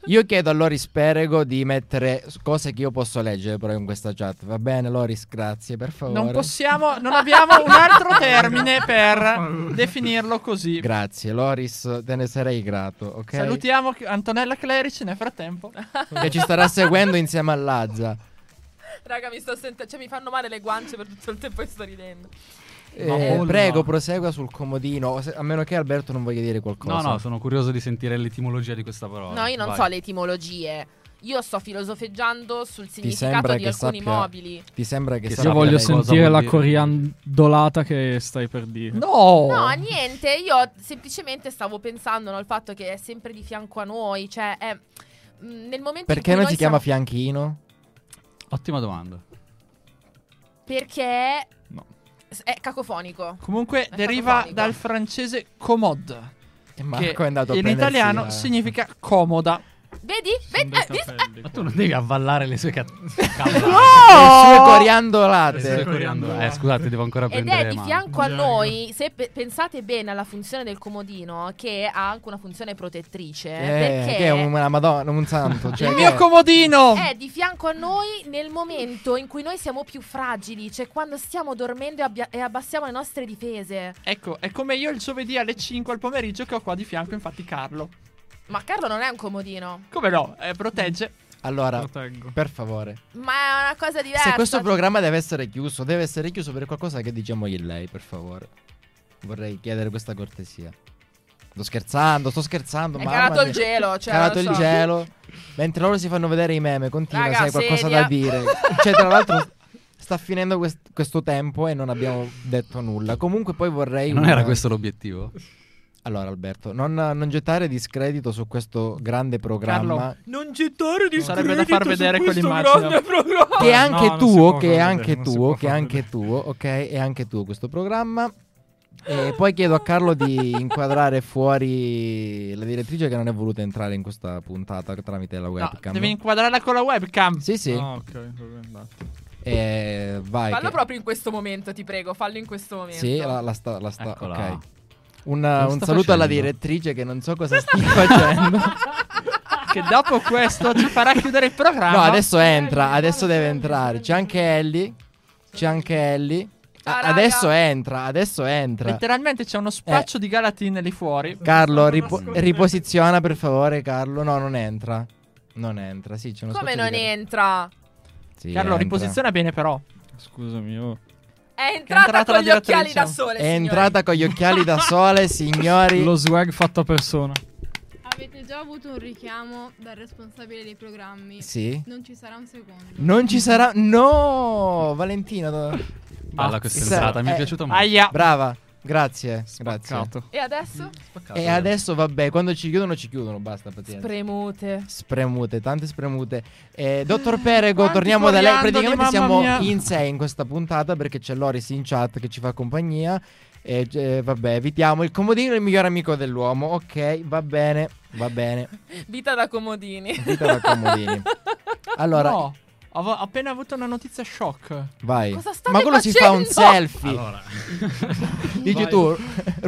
Speaker 1: Io chiedo a Loris Perego di mettere s- cose che io posso leggere però in questa chat. Va bene, Loris, grazie, per favore.
Speaker 9: Non possiamo, non abbiamo un altro termine per definirlo così.
Speaker 1: Grazie, Loris, te ne sarei grato, ok?
Speaker 9: Salutiamo chi- Antonella Clerici nel frattempo.
Speaker 1: Che ci starà seguendo insieme a Lazza.
Speaker 2: Raga, mi sto sentendo. Cioè, mi fanno male le guance per tutto il tempo che sto ridendo.
Speaker 1: Eh,
Speaker 5: Ma molto.
Speaker 1: prego, prosegua sul comodino. se- A meno che Alberto non voglia dire qualcosa.
Speaker 5: No, no, sono curioso di sentire l'etimologia di questa parola.
Speaker 2: No, io non
Speaker 5: Vai.
Speaker 2: so le etimologie. Io sto filosofeggiando sul significato
Speaker 1: sembra
Speaker 2: di
Speaker 1: che
Speaker 2: alcuni
Speaker 1: sappia-
Speaker 2: mobili.
Speaker 1: Ti sembra che
Speaker 5: Io
Speaker 1: sappia
Speaker 3: Io voglio
Speaker 1: lei-
Speaker 5: cosa vuol
Speaker 3: sentire la
Speaker 5: dire.
Speaker 3: coriandolata che stai per dire.
Speaker 9: No,
Speaker 1: Oh.
Speaker 2: No, eh, niente, io semplicemente stavo pensando no, al fatto che è sempre di fianco a noi, cioè è, mh, nel momento in
Speaker 1: Perché
Speaker 2: cui
Speaker 1: non
Speaker 2: noi
Speaker 1: si chiama
Speaker 2: siamo-
Speaker 1: Fianchino?
Speaker 5: Ottima domanda.
Speaker 2: Perché
Speaker 3: No.
Speaker 2: s- è cacofonico.
Speaker 9: Comunque
Speaker 2: È
Speaker 9: deriva
Speaker 2: cacofonico.
Speaker 9: dal francese comod,
Speaker 1: E Marco
Speaker 9: che
Speaker 1: è andato a
Speaker 9: in
Speaker 1: prendersi
Speaker 9: italiano
Speaker 1: la-
Speaker 9: significa comoda.
Speaker 2: Vedi?
Speaker 3: Sono
Speaker 2: Vedi?
Speaker 3: dei
Speaker 2: Eh, vis-
Speaker 3: capelli
Speaker 5: Ma
Speaker 3: qua.
Speaker 5: tu non devi avvallare le sue cat-
Speaker 1: Le sue
Speaker 5: Le sue
Speaker 1: coriandolate.
Speaker 5: coriandole. Eh, scusate, devo ancora
Speaker 2: Ed
Speaker 5: prendere
Speaker 2: è
Speaker 5: le
Speaker 2: di
Speaker 5: mani.
Speaker 2: fianco a
Speaker 3: Già,
Speaker 2: noi, se pe- pensate bene alla funzione del comodino, che ha anche una funzione protettrice,
Speaker 1: Eh,
Speaker 2: perché
Speaker 1: Che è una madonna, un santo. Cioè
Speaker 9: Il
Speaker 1: che
Speaker 9: mio
Speaker 1: è-
Speaker 9: comodino!
Speaker 4: Eh.
Speaker 2: è di fianco a noi nel momento in cui noi siamo più fragili, cioè quando stiamo dormendo e, abbia- e abbassiamo le nostre difese.
Speaker 9: Ecco, è come io il giovedì alle 5 al pomeriggio che ho qua di fianco, infatti, Carlo.
Speaker 2: Ma Carlo non è un comodino,
Speaker 9: Come no? Eh, protegge.
Speaker 1: Allora,
Speaker 3: Proteggo.
Speaker 1: per favore.
Speaker 2: ma è una cosa diversa.
Speaker 1: Se questo programma deve essere chiuso, deve essere chiuso per qualcosa che diciamo io e lei, per favore. Vorrei chiedere questa cortesia. Sto scherzando, sto scherzando.
Speaker 2: è
Speaker 1: mamma
Speaker 2: calato
Speaker 1: mia.
Speaker 2: il gelo, cioè
Speaker 1: calato
Speaker 2: non
Speaker 1: il
Speaker 2: so.
Speaker 1: gelo. Mentre loro si fanno vedere i meme, continua,
Speaker 2: Raga,
Speaker 1: se hai qualcosa
Speaker 2: sedia.
Speaker 1: da dire. Cioè, tra l'altro, sta finendo quest- questo tempo e non abbiamo detto nulla. Comunque, poi vorrei.
Speaker 5: Non
Speaker 1: un-
Speaker 5: era questo l'obiettivo?
Speaker 1: Allora, Alberto, non, non gettare discredito su questo grande programma.
Speaker 9: Carlo.
Speaker 4: Non gettare di
Speaker 9: Sarebbe da far vedere quell'immagine.
Speaker 4: grande programma.
Speaker 1: Che è
Speaker 3: No,
Speaker 1: anche
Speaker 3: non si
Speaker 1: tuo, che
Speaker 3: può
Speaker 1: è
Speaker 3: far vedere,
Speaker 1: anche
Speaker 3: non si
Speaker 1: tuo,
Speaker 3: può
Speaker 1: che è
Speaker 3: far
Speaker 1: anche
Speaker 3: vedere.
Speaker 1: tuo, ok? È anche tuo questo programma. E poi chiedo a Carlo di inquadrare fuori la direttrice che non è voluta entrare in questa puntata tramite la
Speaker 9: No,
Speaker 1: webcam.
Speaker 9: devi inquadrarla con la webcam.
Speaker 1: Sì, sì.
Speaker 3: Ah, ok, va bene, andate.
Speaker 1: Eh, vai.
Speaker 2: Fallo
Speaker 1: che-
Speaker 2: proprio in questo momento, ti prego, fallo in questo momento.
Speaker 1: Sì, la, la sta. La sta
Speaker 5: Eccola.
Speaker 1: ok. Una-
Speaker 5: Cosa
Speaker 1: un
Speaker 5: sta
Speaker 1: saluto alla
Speaker 5: facendo?
Speaker 1: direttrice che non so cosa stia facendo.
Speaker 9: Che dopo questo ci farà chiudere il programma.
Speaker 1: No, adesso entra, adesso deve entrare. C'è anche Ellie. C'è anche Ellie. A-
Speaker 2: Ah, raga.
Speaker 1: adesso entra, adesso entra.
Speaker 9: Letteralmente c'è uno spaccio
Speaker 1: Eh.
Speaker 9: di galatine lì fuori.
Speaker 1: Mm, Carlo, ripo- riposiziona per favore, Carlo. No, non entra. Non entra, sì, c'è uno
Speaker 2: Come
Speaker 1: spazio
Speaker 2: non
Speaker 1: di gar-
Speaker 2: entra?
Speaker 1: Sì,
Speaker 9: Carlo,
Speaker 1: entra.
Speaker 9: riposiziona bene però.
Speaker 3: Scusami, oh.
Speaker 2: È
Speaker 9: entrata
Speaker 2: entrata con
Speaker 9: la
Speaker 2: gli occhiali
Speaker 9: direttrice.
Speaker 2: da sole,
Speaker 1: È
Speaker 2: signori.
Speaker 1: entrata con gli occhiali da sole, signori.
Speaker 3: Lo swag fatto a persona.
Speaker 10: Avete già avuto un richiamo dal responsabile dei programmi.
Speaker 1: Sì.
Speaker 10: Non ci sarà un secondo.
Speaker 1: Non ci sarà. No, Valentina. do-
Speaker 5: Bella questa
Speaker 1: Sa-
Speaker 5: entrata, mi
Speaker 1: eh,
Speaker 5: è piaciuta molto.
Speaker 9: Aia.
Speaker 1: Brava. Grazie. Grazie.
Speaker 3: Spaccato.
Speaker 2: E adesso?
Speaker 1: E adesso vabbè, quando ci chiudono, ci chiudono. Basta, pazienza.
Speaker 2: Spremute.
Speaker 1: Spremute, tante spremute. Eh, dottor Perego,
Speaker 9: Quanti
Speaker 1: torniamo da lei.
Speaker 9: coriandoli,
Speaker 1: Praticamente
Speaker 9: mamma
Speaker 1: siamo
Speaker 9: mia.
Speaker 1: in sei in questa puntata perché c'è Loris in chat che ci fa compagnia. E eh, vabbè, evitiamo il comodino è il miglior amico dell'uomo. Ok, va bene, va bene.
Speaker 2: Vita da comodini.
Speaker 1: Vita da comodini. Allora,
Speaker 9: No, ho appena avuto una notizia shock.
Speaker 1: vai.
Speaker 2: Cosa state
Speaker 1: Ma quello si fa un
Speaker 2: facendo?
Speaker 1: selfie.
Speaker 5: Allora,
Speaker 1: Dici
Speaker 3: Ah, Vai.
Speaker 1: tu,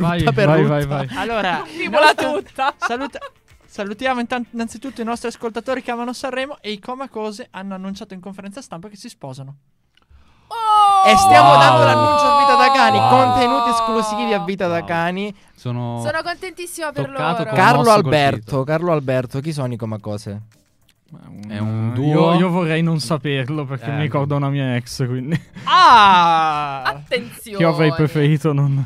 Speaker 3: Vai,
Speaker 1: rutta per
Speaker 3: vai,
Speaker 1: rutta.
Speaker 3: vai, vai.
Speaker 9: Allora,
Speaker 2: Fimola
Speaker 9: nostra-
Speaker 2: tutta.
Speaker 9: saluta- salutiamo intan- innanzitutto i nostri ascoltatori che amano Sanremo e i Comacose hanno annunciato in conferenza stampa che si sposano.
Speaker 2: Oh!
Speaker 1: E stiamo
Speaker 5: Wow.
Speaker 1: dando l'annuncio a Vita da Cani.
Speaker 5: Wow.
Speaker 1: Contenuti esclusivi a Vita da
Speaker 5: Wow.
Speaker 1: Cani.
Speaker 5: sono...
Speaker 2: Sono contentissima per
Speaker 5: Toccato
Speaker 2: loro.
Speaker 5: con-
Speaker 1: Carlo
Speaker 5: Commosso,
Speaker 1: Alberto,
Speaker 5: colpito.
Speaker 1: Carlo Alberto, chi sono i comacose?
Speaker 5: È un
Speaker 3: Io-
Speaker 5: duo.
Speaker 3: Io, vorrei non saperlo perché
Speaker 5: Eh.
Speaker 3: mi ricorda una mia ex, quindi
Speaker 9: Ah!
Speaker 2: Attenzione.
Speaker 3: che io avrei preferito non,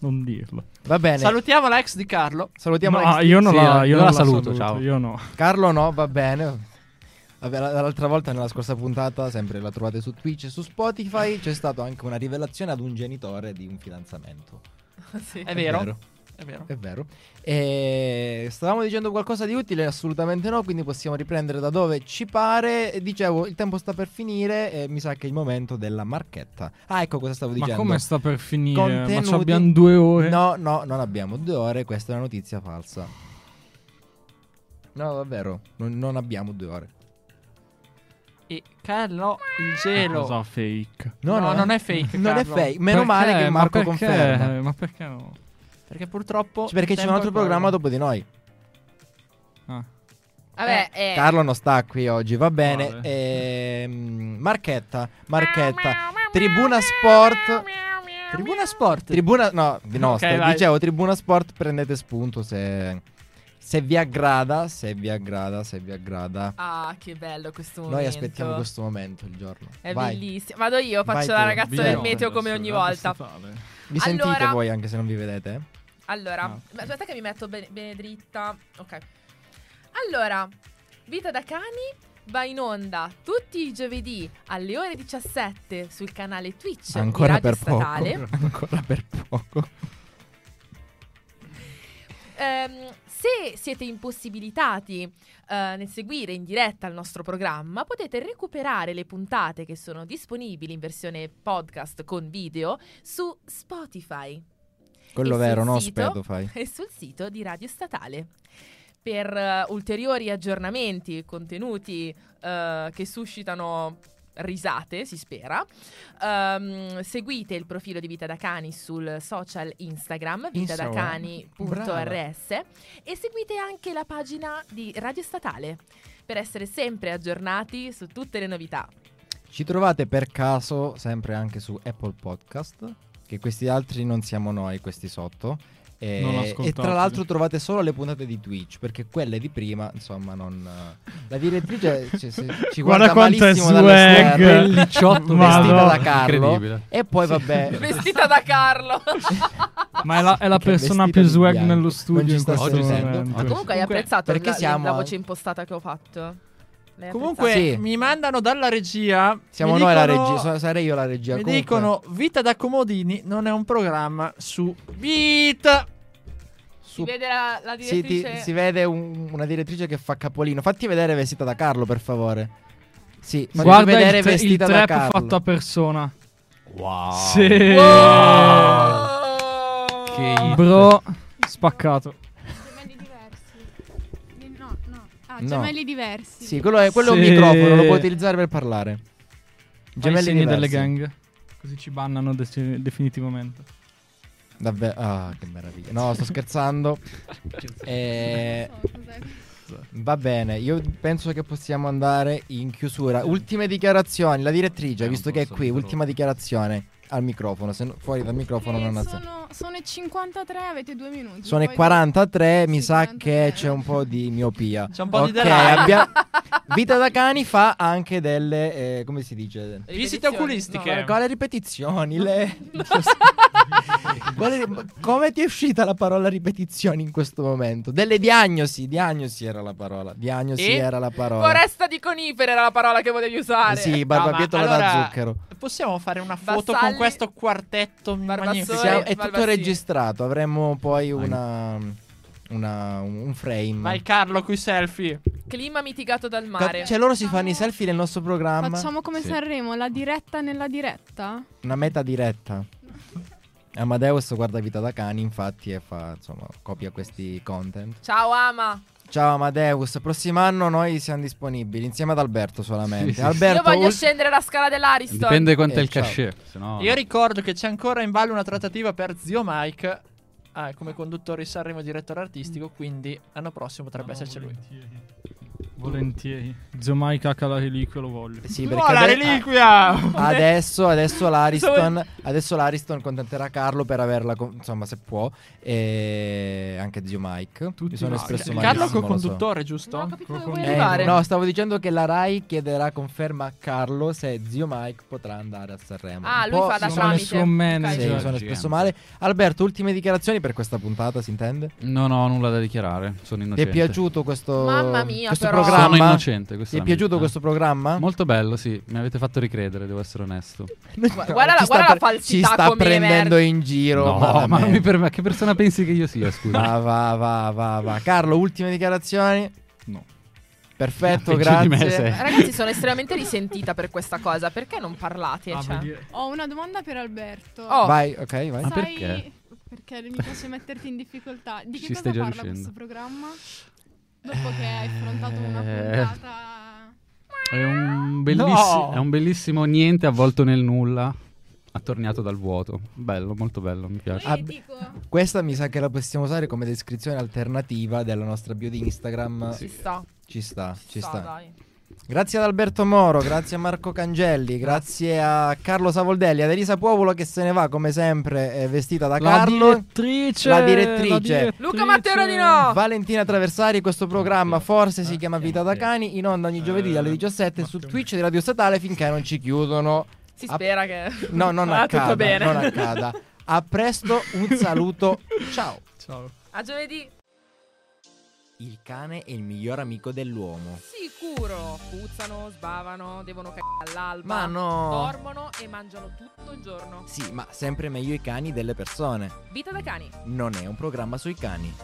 Speaker 3: non dirlo.
Speaker 1: Va bene.
Speaker 9: Salutiamo la ex di Carlo.
Speaker 1: Salutiamo
Speaker 3: No,
Speaker 1: l'ex-
Speaker 3: io non
Speaker 5: Sì,
Speaker 3: la,
Speaker 5: io la
Speaker 3: io non la
Speaker 5: saluto,
Speaker 3: saluto,
Speaker 5: ciao.
Speaker 3: Io no.
Speaker 1: Carlo no, va bene. Vabbè, la- l'altra volta nella scorsa puntata, sempre la trovate su Twitch e su Spotify, c'è stata anche una rivelazione ad un genitore di un fidanzamento.
Speaker 2: Sì.
Speaker 9: È vero. È vero.
Speaker 1: È vero. E stavamo dicendo qualcosa di utile? Assolutamente no, quindi possiamo riprendere da dove ci pare. Dicevo, il tempo sta per finire e mi sa che è il momento della marchetta. Ah, ecco cosa stavo
Speaker 3: Ma
Speaker 1: dicendo.
Speaker 3: come sta per finire? Ma
Speaker 1: Contenuti-
Speaker 3: ci abbiamo due ore.
Speaker 1: No, no, non abbiamo due ore, questa è una notizia falsa. No, davvero, non, non abbiamo due ore.
Speaker 9: E Carlo il
Speaker 3: Eh, Cosa
Speaker 9: gelo.
Speaker 3: fake.
Speaker 9: No, non è fake,
Speaker 1: Non è
Speaker 9: Carlo.
Speaker 1: fake. Meno
Speaker 3: Perché? Cioè,
Speaker 1: male che
Speaker 3: Ma
Speaker 1: Marco
Speaker 3: perché?
Speaker 1: conferma.
Speaker 3: Ma perché no?
Speaker 9: Perché purtroppo.
Speaker 1: Cioè, perché c'è un altro programma dopo di noi.
Speaker 3: Ah,
Speaker 2: Vabbè, eh.
Speaker 1: Carlo non sta qui oggi, va bene.
Speaker 3: Vabbè.
Speaker 1: Ehm, Marchetta, Marchetta, Tribuna Sport.
Speaker 9: Tribuna Sport.
Speaker 1: Tribuna, no, di nostra.
Speaker 9: vai.
Speaker 1: Dicevo, Tribuna Sport, prendete spunto se, se vi aggrada, se vi aggrada, se vi aggrada.
Speaker 2: Ah, che bello questo momento.
Speaker 1: Noi aspettiamo questo momento, il giorno.
Speaker 2: È
Speaker 1: Vai.
Speaker 2: bellissimo. Vado io,
Speaker 1: Vai
Speaker 2: faccio
Speaker 1: tu.
Speaker 2: la ragazza del meteo come ogni volta.
Speaker 1: Vi sentite
Speaker 2: Allora-
Speaker 1: voi anche se non vi vedete? eh?
Speaker 2: Allora,
Speaker 3: Ah, ok.
Speaker 2: aspetta che mi metto bene, bene dritta. Ok. Allora, Vita da cani va in onda tutti i giovedì alle ore 17 sul canale Twitch
Speaker 1: Ancora
Speaker 2: di Radio
Speaker 1: per
Speaker 2: Statale.
Speaker 1: poco. Ancora per poco.
Speaker 2: Ehm, se siete impossibilitati eh, nel seguire in diretta il nostro programma, potete recuperare le puntate che sono disponibili in versione podcast con video su Spotify.
Speaker 1: Quello
Speaker 2: e
Speaker 1: vero,
Speaker 2: sul
Speaker 1: no?
Speaker 2: sito-
Speaker 1: Aspetto, fai.
Speaker 2: E sul sito di Radio Statale. Per eh, ulteriori aggiornamenti, contenuti eh, che suscitano risate, si spera, ehm, seguite il profilo di Vita da Cani sul social Instagram,
Speaker 1: Instagram.
Speaker 2: vitadacani.rs e seguite anche la pagina di Radio Statale per essere sempre aggiornati su tutte le novità.
Speaker 1: Ci trovate per caso sempre anche su Apple Podcast, che questi altri non siamo noi, questi sotto.
Speaker 3: Non
Speaker 1: E,
Speaker 3: ascoltateli.
Speaker 1: e tra l'altro trovate solo le puntate di Twitch, perché quelle di prima, insomma, non... eh, La direttrice cioè, se- ci guarda,
Speaker 3: Guarda quanto è
Speaker 1: malissimo dalle
Speaker 3: swag.
Speaker 1: squadre,
Speaker 5: Bellicciotto
Speaker 1: vestita da
Speaker 3: Madonna.
Speaker 1: Carlo.
Speaker 5: Incredibile.
Speaker 1: E poi vabbè...
Speaker 2: Vestita da Carlo!
Speaker 3: Ma è la, è la
Speaker 1: Che
Speaker 3: persona
Speaker 1: vestita
Speaker 3: più
Speaker 1: di
Speaker 3: swag
Speaker 1: bianco.
Speaker 3: nello
Speaker 1: Non
Speaker 3: studio
Speaker 1: ci
Speaker 3: in
Speaker 1: sta
Speaker 3: questo
Speaker 1: sentendo.
Speaker 3: momento.
Speaker 1: Oggi.
Speaker 2: Comunque hai
Speaker 9: Comunque,
Speaker 2: apprezzato
Speaker 1: perché
Speaker 2: la,
Speaker 1: siamo
Speaker 2: la
Speaker 1: a-
Speaker 2: voce impostata che ho fatto? L'hai
Speaker 9: Comunque,
Speaker 1: Sì.
Speaker 9: mi mandano dalla regia.
Speaker 1: Siamo
Speaker 9: mi
Speaker 1: noi la
Speaker 9: dicono-
Speaker 1: regia, so- sarei io la regia.
Speaker 9: Mi
Speaker 1: comunque.
Speaker 9: dicono Vita da Comodini non è un programma su Vita.
Speaker 2: Si
Speaker 1: Su-
Speaker 2: vede la, la
Speaker 1: sì, ti-
Speaker 2: direttrice.
Speaker 1: si vede un- una direttrice che fa capolino. Fatti vedere vestita da Carlo, per favore. Sì, fatti
Speaker 3: Guarda
Speaker 1: vedere
Speaker 3: il, tra- il
Speaker 1: vestita da
Speaker 3: trap
Speaker 1: Carlo. Ah.
Speaker 3: fatto a persona.
Speaker 1: Wow.
Speaker 3: Sì.
Speaker 5: Che
Speaker 3: Bro, spaccato.
Speaker 10: Gemelli diversi. Di- No, no. Ah,
Speaker 1: No.
Speaker 10: gemelli diversi.
Speaker 1: Sì, quello è, quello è
Speaker 3: Sì.
Speaker 1: un microfono, lo puoi utilizzare per parlare.
Speaker 3: Gemelli
Speaker 1: Gemelli diversi.
Speaker 3: delle gang. Così ci bannano de- definitivamente.
Speaker 1: Davvero, ah, che meraviglia. No, sto scherzando. Eh,
Speaker 10: Non so cos'è.
Speaker 1: va bene, io penso che possiamo andare in chiusura. Ultime dichiarazioni, la direttrice,
Speaker 5: Eh,
Speaker 1: visto
Speaker 5: non
Speaker 1: che è
Speaker 5: posso
Speaker 1: qui,
Speaker 5: interrompere.
Speaker 1: ultima dichiarazione al microfono, se no- fuori dal microfono
Speaker 10: Eh,
Speaker 1: non alza.
Speaker 10: sono, sono i 53, avete due minuti.
Speaker 1: Sono i
Speaker 10: poi-
Speaker 1: 43, mi
Speaker 10: Sì,
Speaker 1: sa
Speaker 10: 43.
Speaker 1: che c'è un po' di miopia.
Speaker 9: C'è un po' di
Speaker 1: Ok,
Speaker 9: delirio.
Speaker 1: abbia- Vita da cani fa anche delle, eh, come si dice?
Speaker 9: Visite oculistiche.
Speaker 1: Quale- Quale ripetizioni? Le... Quale- Come ti è uscita la parola ripetizioni in questo momento? Delle diagnosi, diagnosi era la parola. Diagnosi
Speaker 9: E?
Speaker 1: era la parola.
Speaker 2: Foresta di conifere era la parola che volevi
Speaker 1: Eh
Speaker 2: usare.
Speaker 1: Sì,
Speaker 9: No, ma
Speaker 1: barbabietola da
Speaker 9: allora-
Speaker 1: zucchero.
Speaker 9: Possiamo fare una foto
Speaker 2: Vassalli,
Speaker 9: con questo quartetto
Speaker 2: Barbazzoni.
Speaker 9: magnifico.
Speaker 1: Siamo- è tutto
Speaker 2: Barbassini.
Speaker 1: registrato, avremo poi una, una- un frame.
Speaker 9: Vai Carlo qui selfie.
Speaker 2: Clima mitigato dal
Speaker 1: Ca-
Speaker 2: mare.
Speaker 1: Cioè loro si fanno
Speaker 10: Facciamo-
Speaker 1: i selfie nel nostro programma,
Speaker 10: Facciamo come
Speaker 5: Sì.
Speaker 10: Sanremo, la diretta nella diretta?
Speaker 1: una meta diretta. Amadeus guarda Vita da Cani, infatti, e fa, insomma, copia questi content.
Speaker 2: Ciao Ama.
Speaker 1: Ciao Amadeus, prossimo anno noi siamo disponibili insieme ad Alberto solamente.
Speaker 5: Sì, sì.
Speaker 1: Alberto,
Speaker 2: Io voglio
Speaker 1: ul-
Speaker 2: scendere la scala dell'Ariston.
Speaker 5: Dipende quanto
Speaker 1: Eh,
Speaker 5: è il
Speaker 1: ciao.
Speaker 5: cachet. Se no...
Speaker 9: Io ricordo che c'è ancora in ballo una trattativa per zio Mike ah, come conduttore di Sanremo e direttore artistico, quindi l'anno prossimo potrebbe esserci lui.
Speaker 3: Ah, Volentieri. Zio Mike a Calari che lo voglio.
Speaker 1: sì,
Speaker 9: No,
Speaker 1: perché eh,
Speaker 9: la
Speaker 1: ade-
Speaker 9: reliquia!
Speaker 1: a- adesso, adesso l'Ariston,
Speaker 9: Pensavo-
Speaker 1: adesso l'Ariston contenterà Carlo per averla, con- insomma, se può, e anche zio Mike.
Speaker 3: Tutti
Speaker 1: Mi sono
Speaker 3: i
Speaker 1: espresso
Speaker 3: nostri.
Speaker 1: malissimo,
Speaker 9: Carlo
Speaker 1: lo so.
Speaker 9: co-conduttore,
Speaker 2: Non ho
Speaker 9: giusto?
Speaker 2: capito dove vuoi
Speaker 1: Eh,
Speaker 2: arrivare.
Speaker 1: no, stavo dicendo che la Rai chiederà conferma a Carlo se zio Mike potrà andare a Sanremo.
Speaker 2: Ah,
Speaker 1: Un
Speaker 2: lui
Speaker 1: po'
Speaker 2: fa da
Speaker 1: sono-
Speaker 3: Sono il
Speaker 2: tramite.
Speaker 3: suo
Speaker 2: Ok.
Speaker 1: Sì,
Speaker 3: manager.
Speaker 1: mi sono
Speaker 5: Gigante.
Speaker 1: espresso male. Alberto, ultime dichiarazioni per questa puntata, si intende?
Speaker 5: Non ho nulla da dichiarare.
Speaker 1: Ti
Speaker 5: Sono
Speaker 1: è
Speaker 5: innocente.
Speaker 1: piaciuto questo,
Speaker 2: Mamma mia,
Speaker 1: questo
Speaker 2: però.
Speaker 5: Sono
Speaker 1: programma?
Speaker 5: innocente. questa
Speaker 1: Ti è
Speaker 5: la
Speaker 1: piaciuto
Speaker 5: mia-
Speaker 1: questo programma?
Speaker 5: Molto bello, sì. Mi avete fatto ricredere, devo essere onesto.
Speaker 2: Guarda la-
Speaker 1: Ci sta
Speaker 2: guarda la
Speaker 1: pre-
Speaker 2: falsità
Speaker 1: Ci sta
Speaker 2: come
Speaker 1: prendendo
Speaker 2: emerge.
Speaker 1: in giro.
Speaker 5: no, ma
Speaker 1: malamente.
Speaker 5: mi per- ma che persona pensi che io sia, scusa?
Speaker 1: Va, va, va, va, va. Carlo, ultime dichiarazioni?
Speaker 5: No.
Speaker 1: Perfetto,
Speaker 5: Peggio di me
Speaker 1: grazie.
Speaker 5: sei.
Speaker 2: Ragazzi, sono estremamente risentita per questa cosa. Perché non parlate?
Speaker 3: Ah,
Speaker 2: cioè?
Speaker 3: vedi-
Speaker 10: Ho una domanda per Alberto.
Speaker 2: Oh.
Speaker 1: Vai, ok, vai.
Speaker 5: Ma
Speaker 10: Sai-
Speaker 5: perché?
Speaker 10: Perché mi piace metterti in difficoltà. Di che
Speaker 5: Ci
Speaker 10: cosa
Speaker 5: stai già
Speaker 10: parla
Speaker 5: riuscendo.
Speaker 10: questo programma? Dopo che hai affrontato una
Speaker 5: Eh.
Speaker 10: puntata...
Speaker 5: È un, bellissi-
Speaker 9: No.
Speaker 5: è un bellissimo niente avvolto nel nulla. attorniato dal vuoto. Bello, molto bello, mi piace.
Speaker 1: Ab- questa mi sa che la possiamo usare come descrizione alternativa della nostra bio di Instagram.
Speaker 2: Ci sta.
Speaker 1: Ci sta, ci
Speaker 2: sta,
Speaker 1: sta.
Speaker 2: dai.
Speaker 1: Grazie ad Alberto Moro, grazie a Marco Cangelli, grazie a Carlo Savoldelli, ad Elisa Puovolo che se ne va come sempre eh, vestita da
Speaker 5: La
Speaker 1: Carlo.
Speaker 5: direttrice,
Speaker 1: La direttrice.
Speaker 5: la direttrice.
Speaker 2: Luca Matteoli no!
Speaker 1: Valentina Traversari, questo programma forse si chiama Vita da Cani, in onda ogni giovedì alle
Speaker 3: Eh,
Speaker 1: 17 su Twitch di Radio Statale finché non ci chiudono.
Speaker 2: Si
Speaker 1: A-
Speaker 2: spera che...
Speaker 1: No, non
Speaker 2: Ah,
Speaker 1: accada.
Speaker 2: tutto bene.
Speaker 1: Non accada. A presto, un saluto, ciao.
Speaker 3: Ciao.
Speaker 2: A giovedì.
Speaker 1: Il cane è il miglior amico dell'uomo.
Speaker 2: Sicuro. Puzzano, sbavano, devono cagare all'alba.
Speaker 1: Ma no.
Speaker 2: Dormono e mangiano tutto il giorno.
Speaker 1: Sì, ma sempre meglio i cani delle persone.
Speaker 2: Vita da cani.
Speaker 1: Non è un programma sui cani.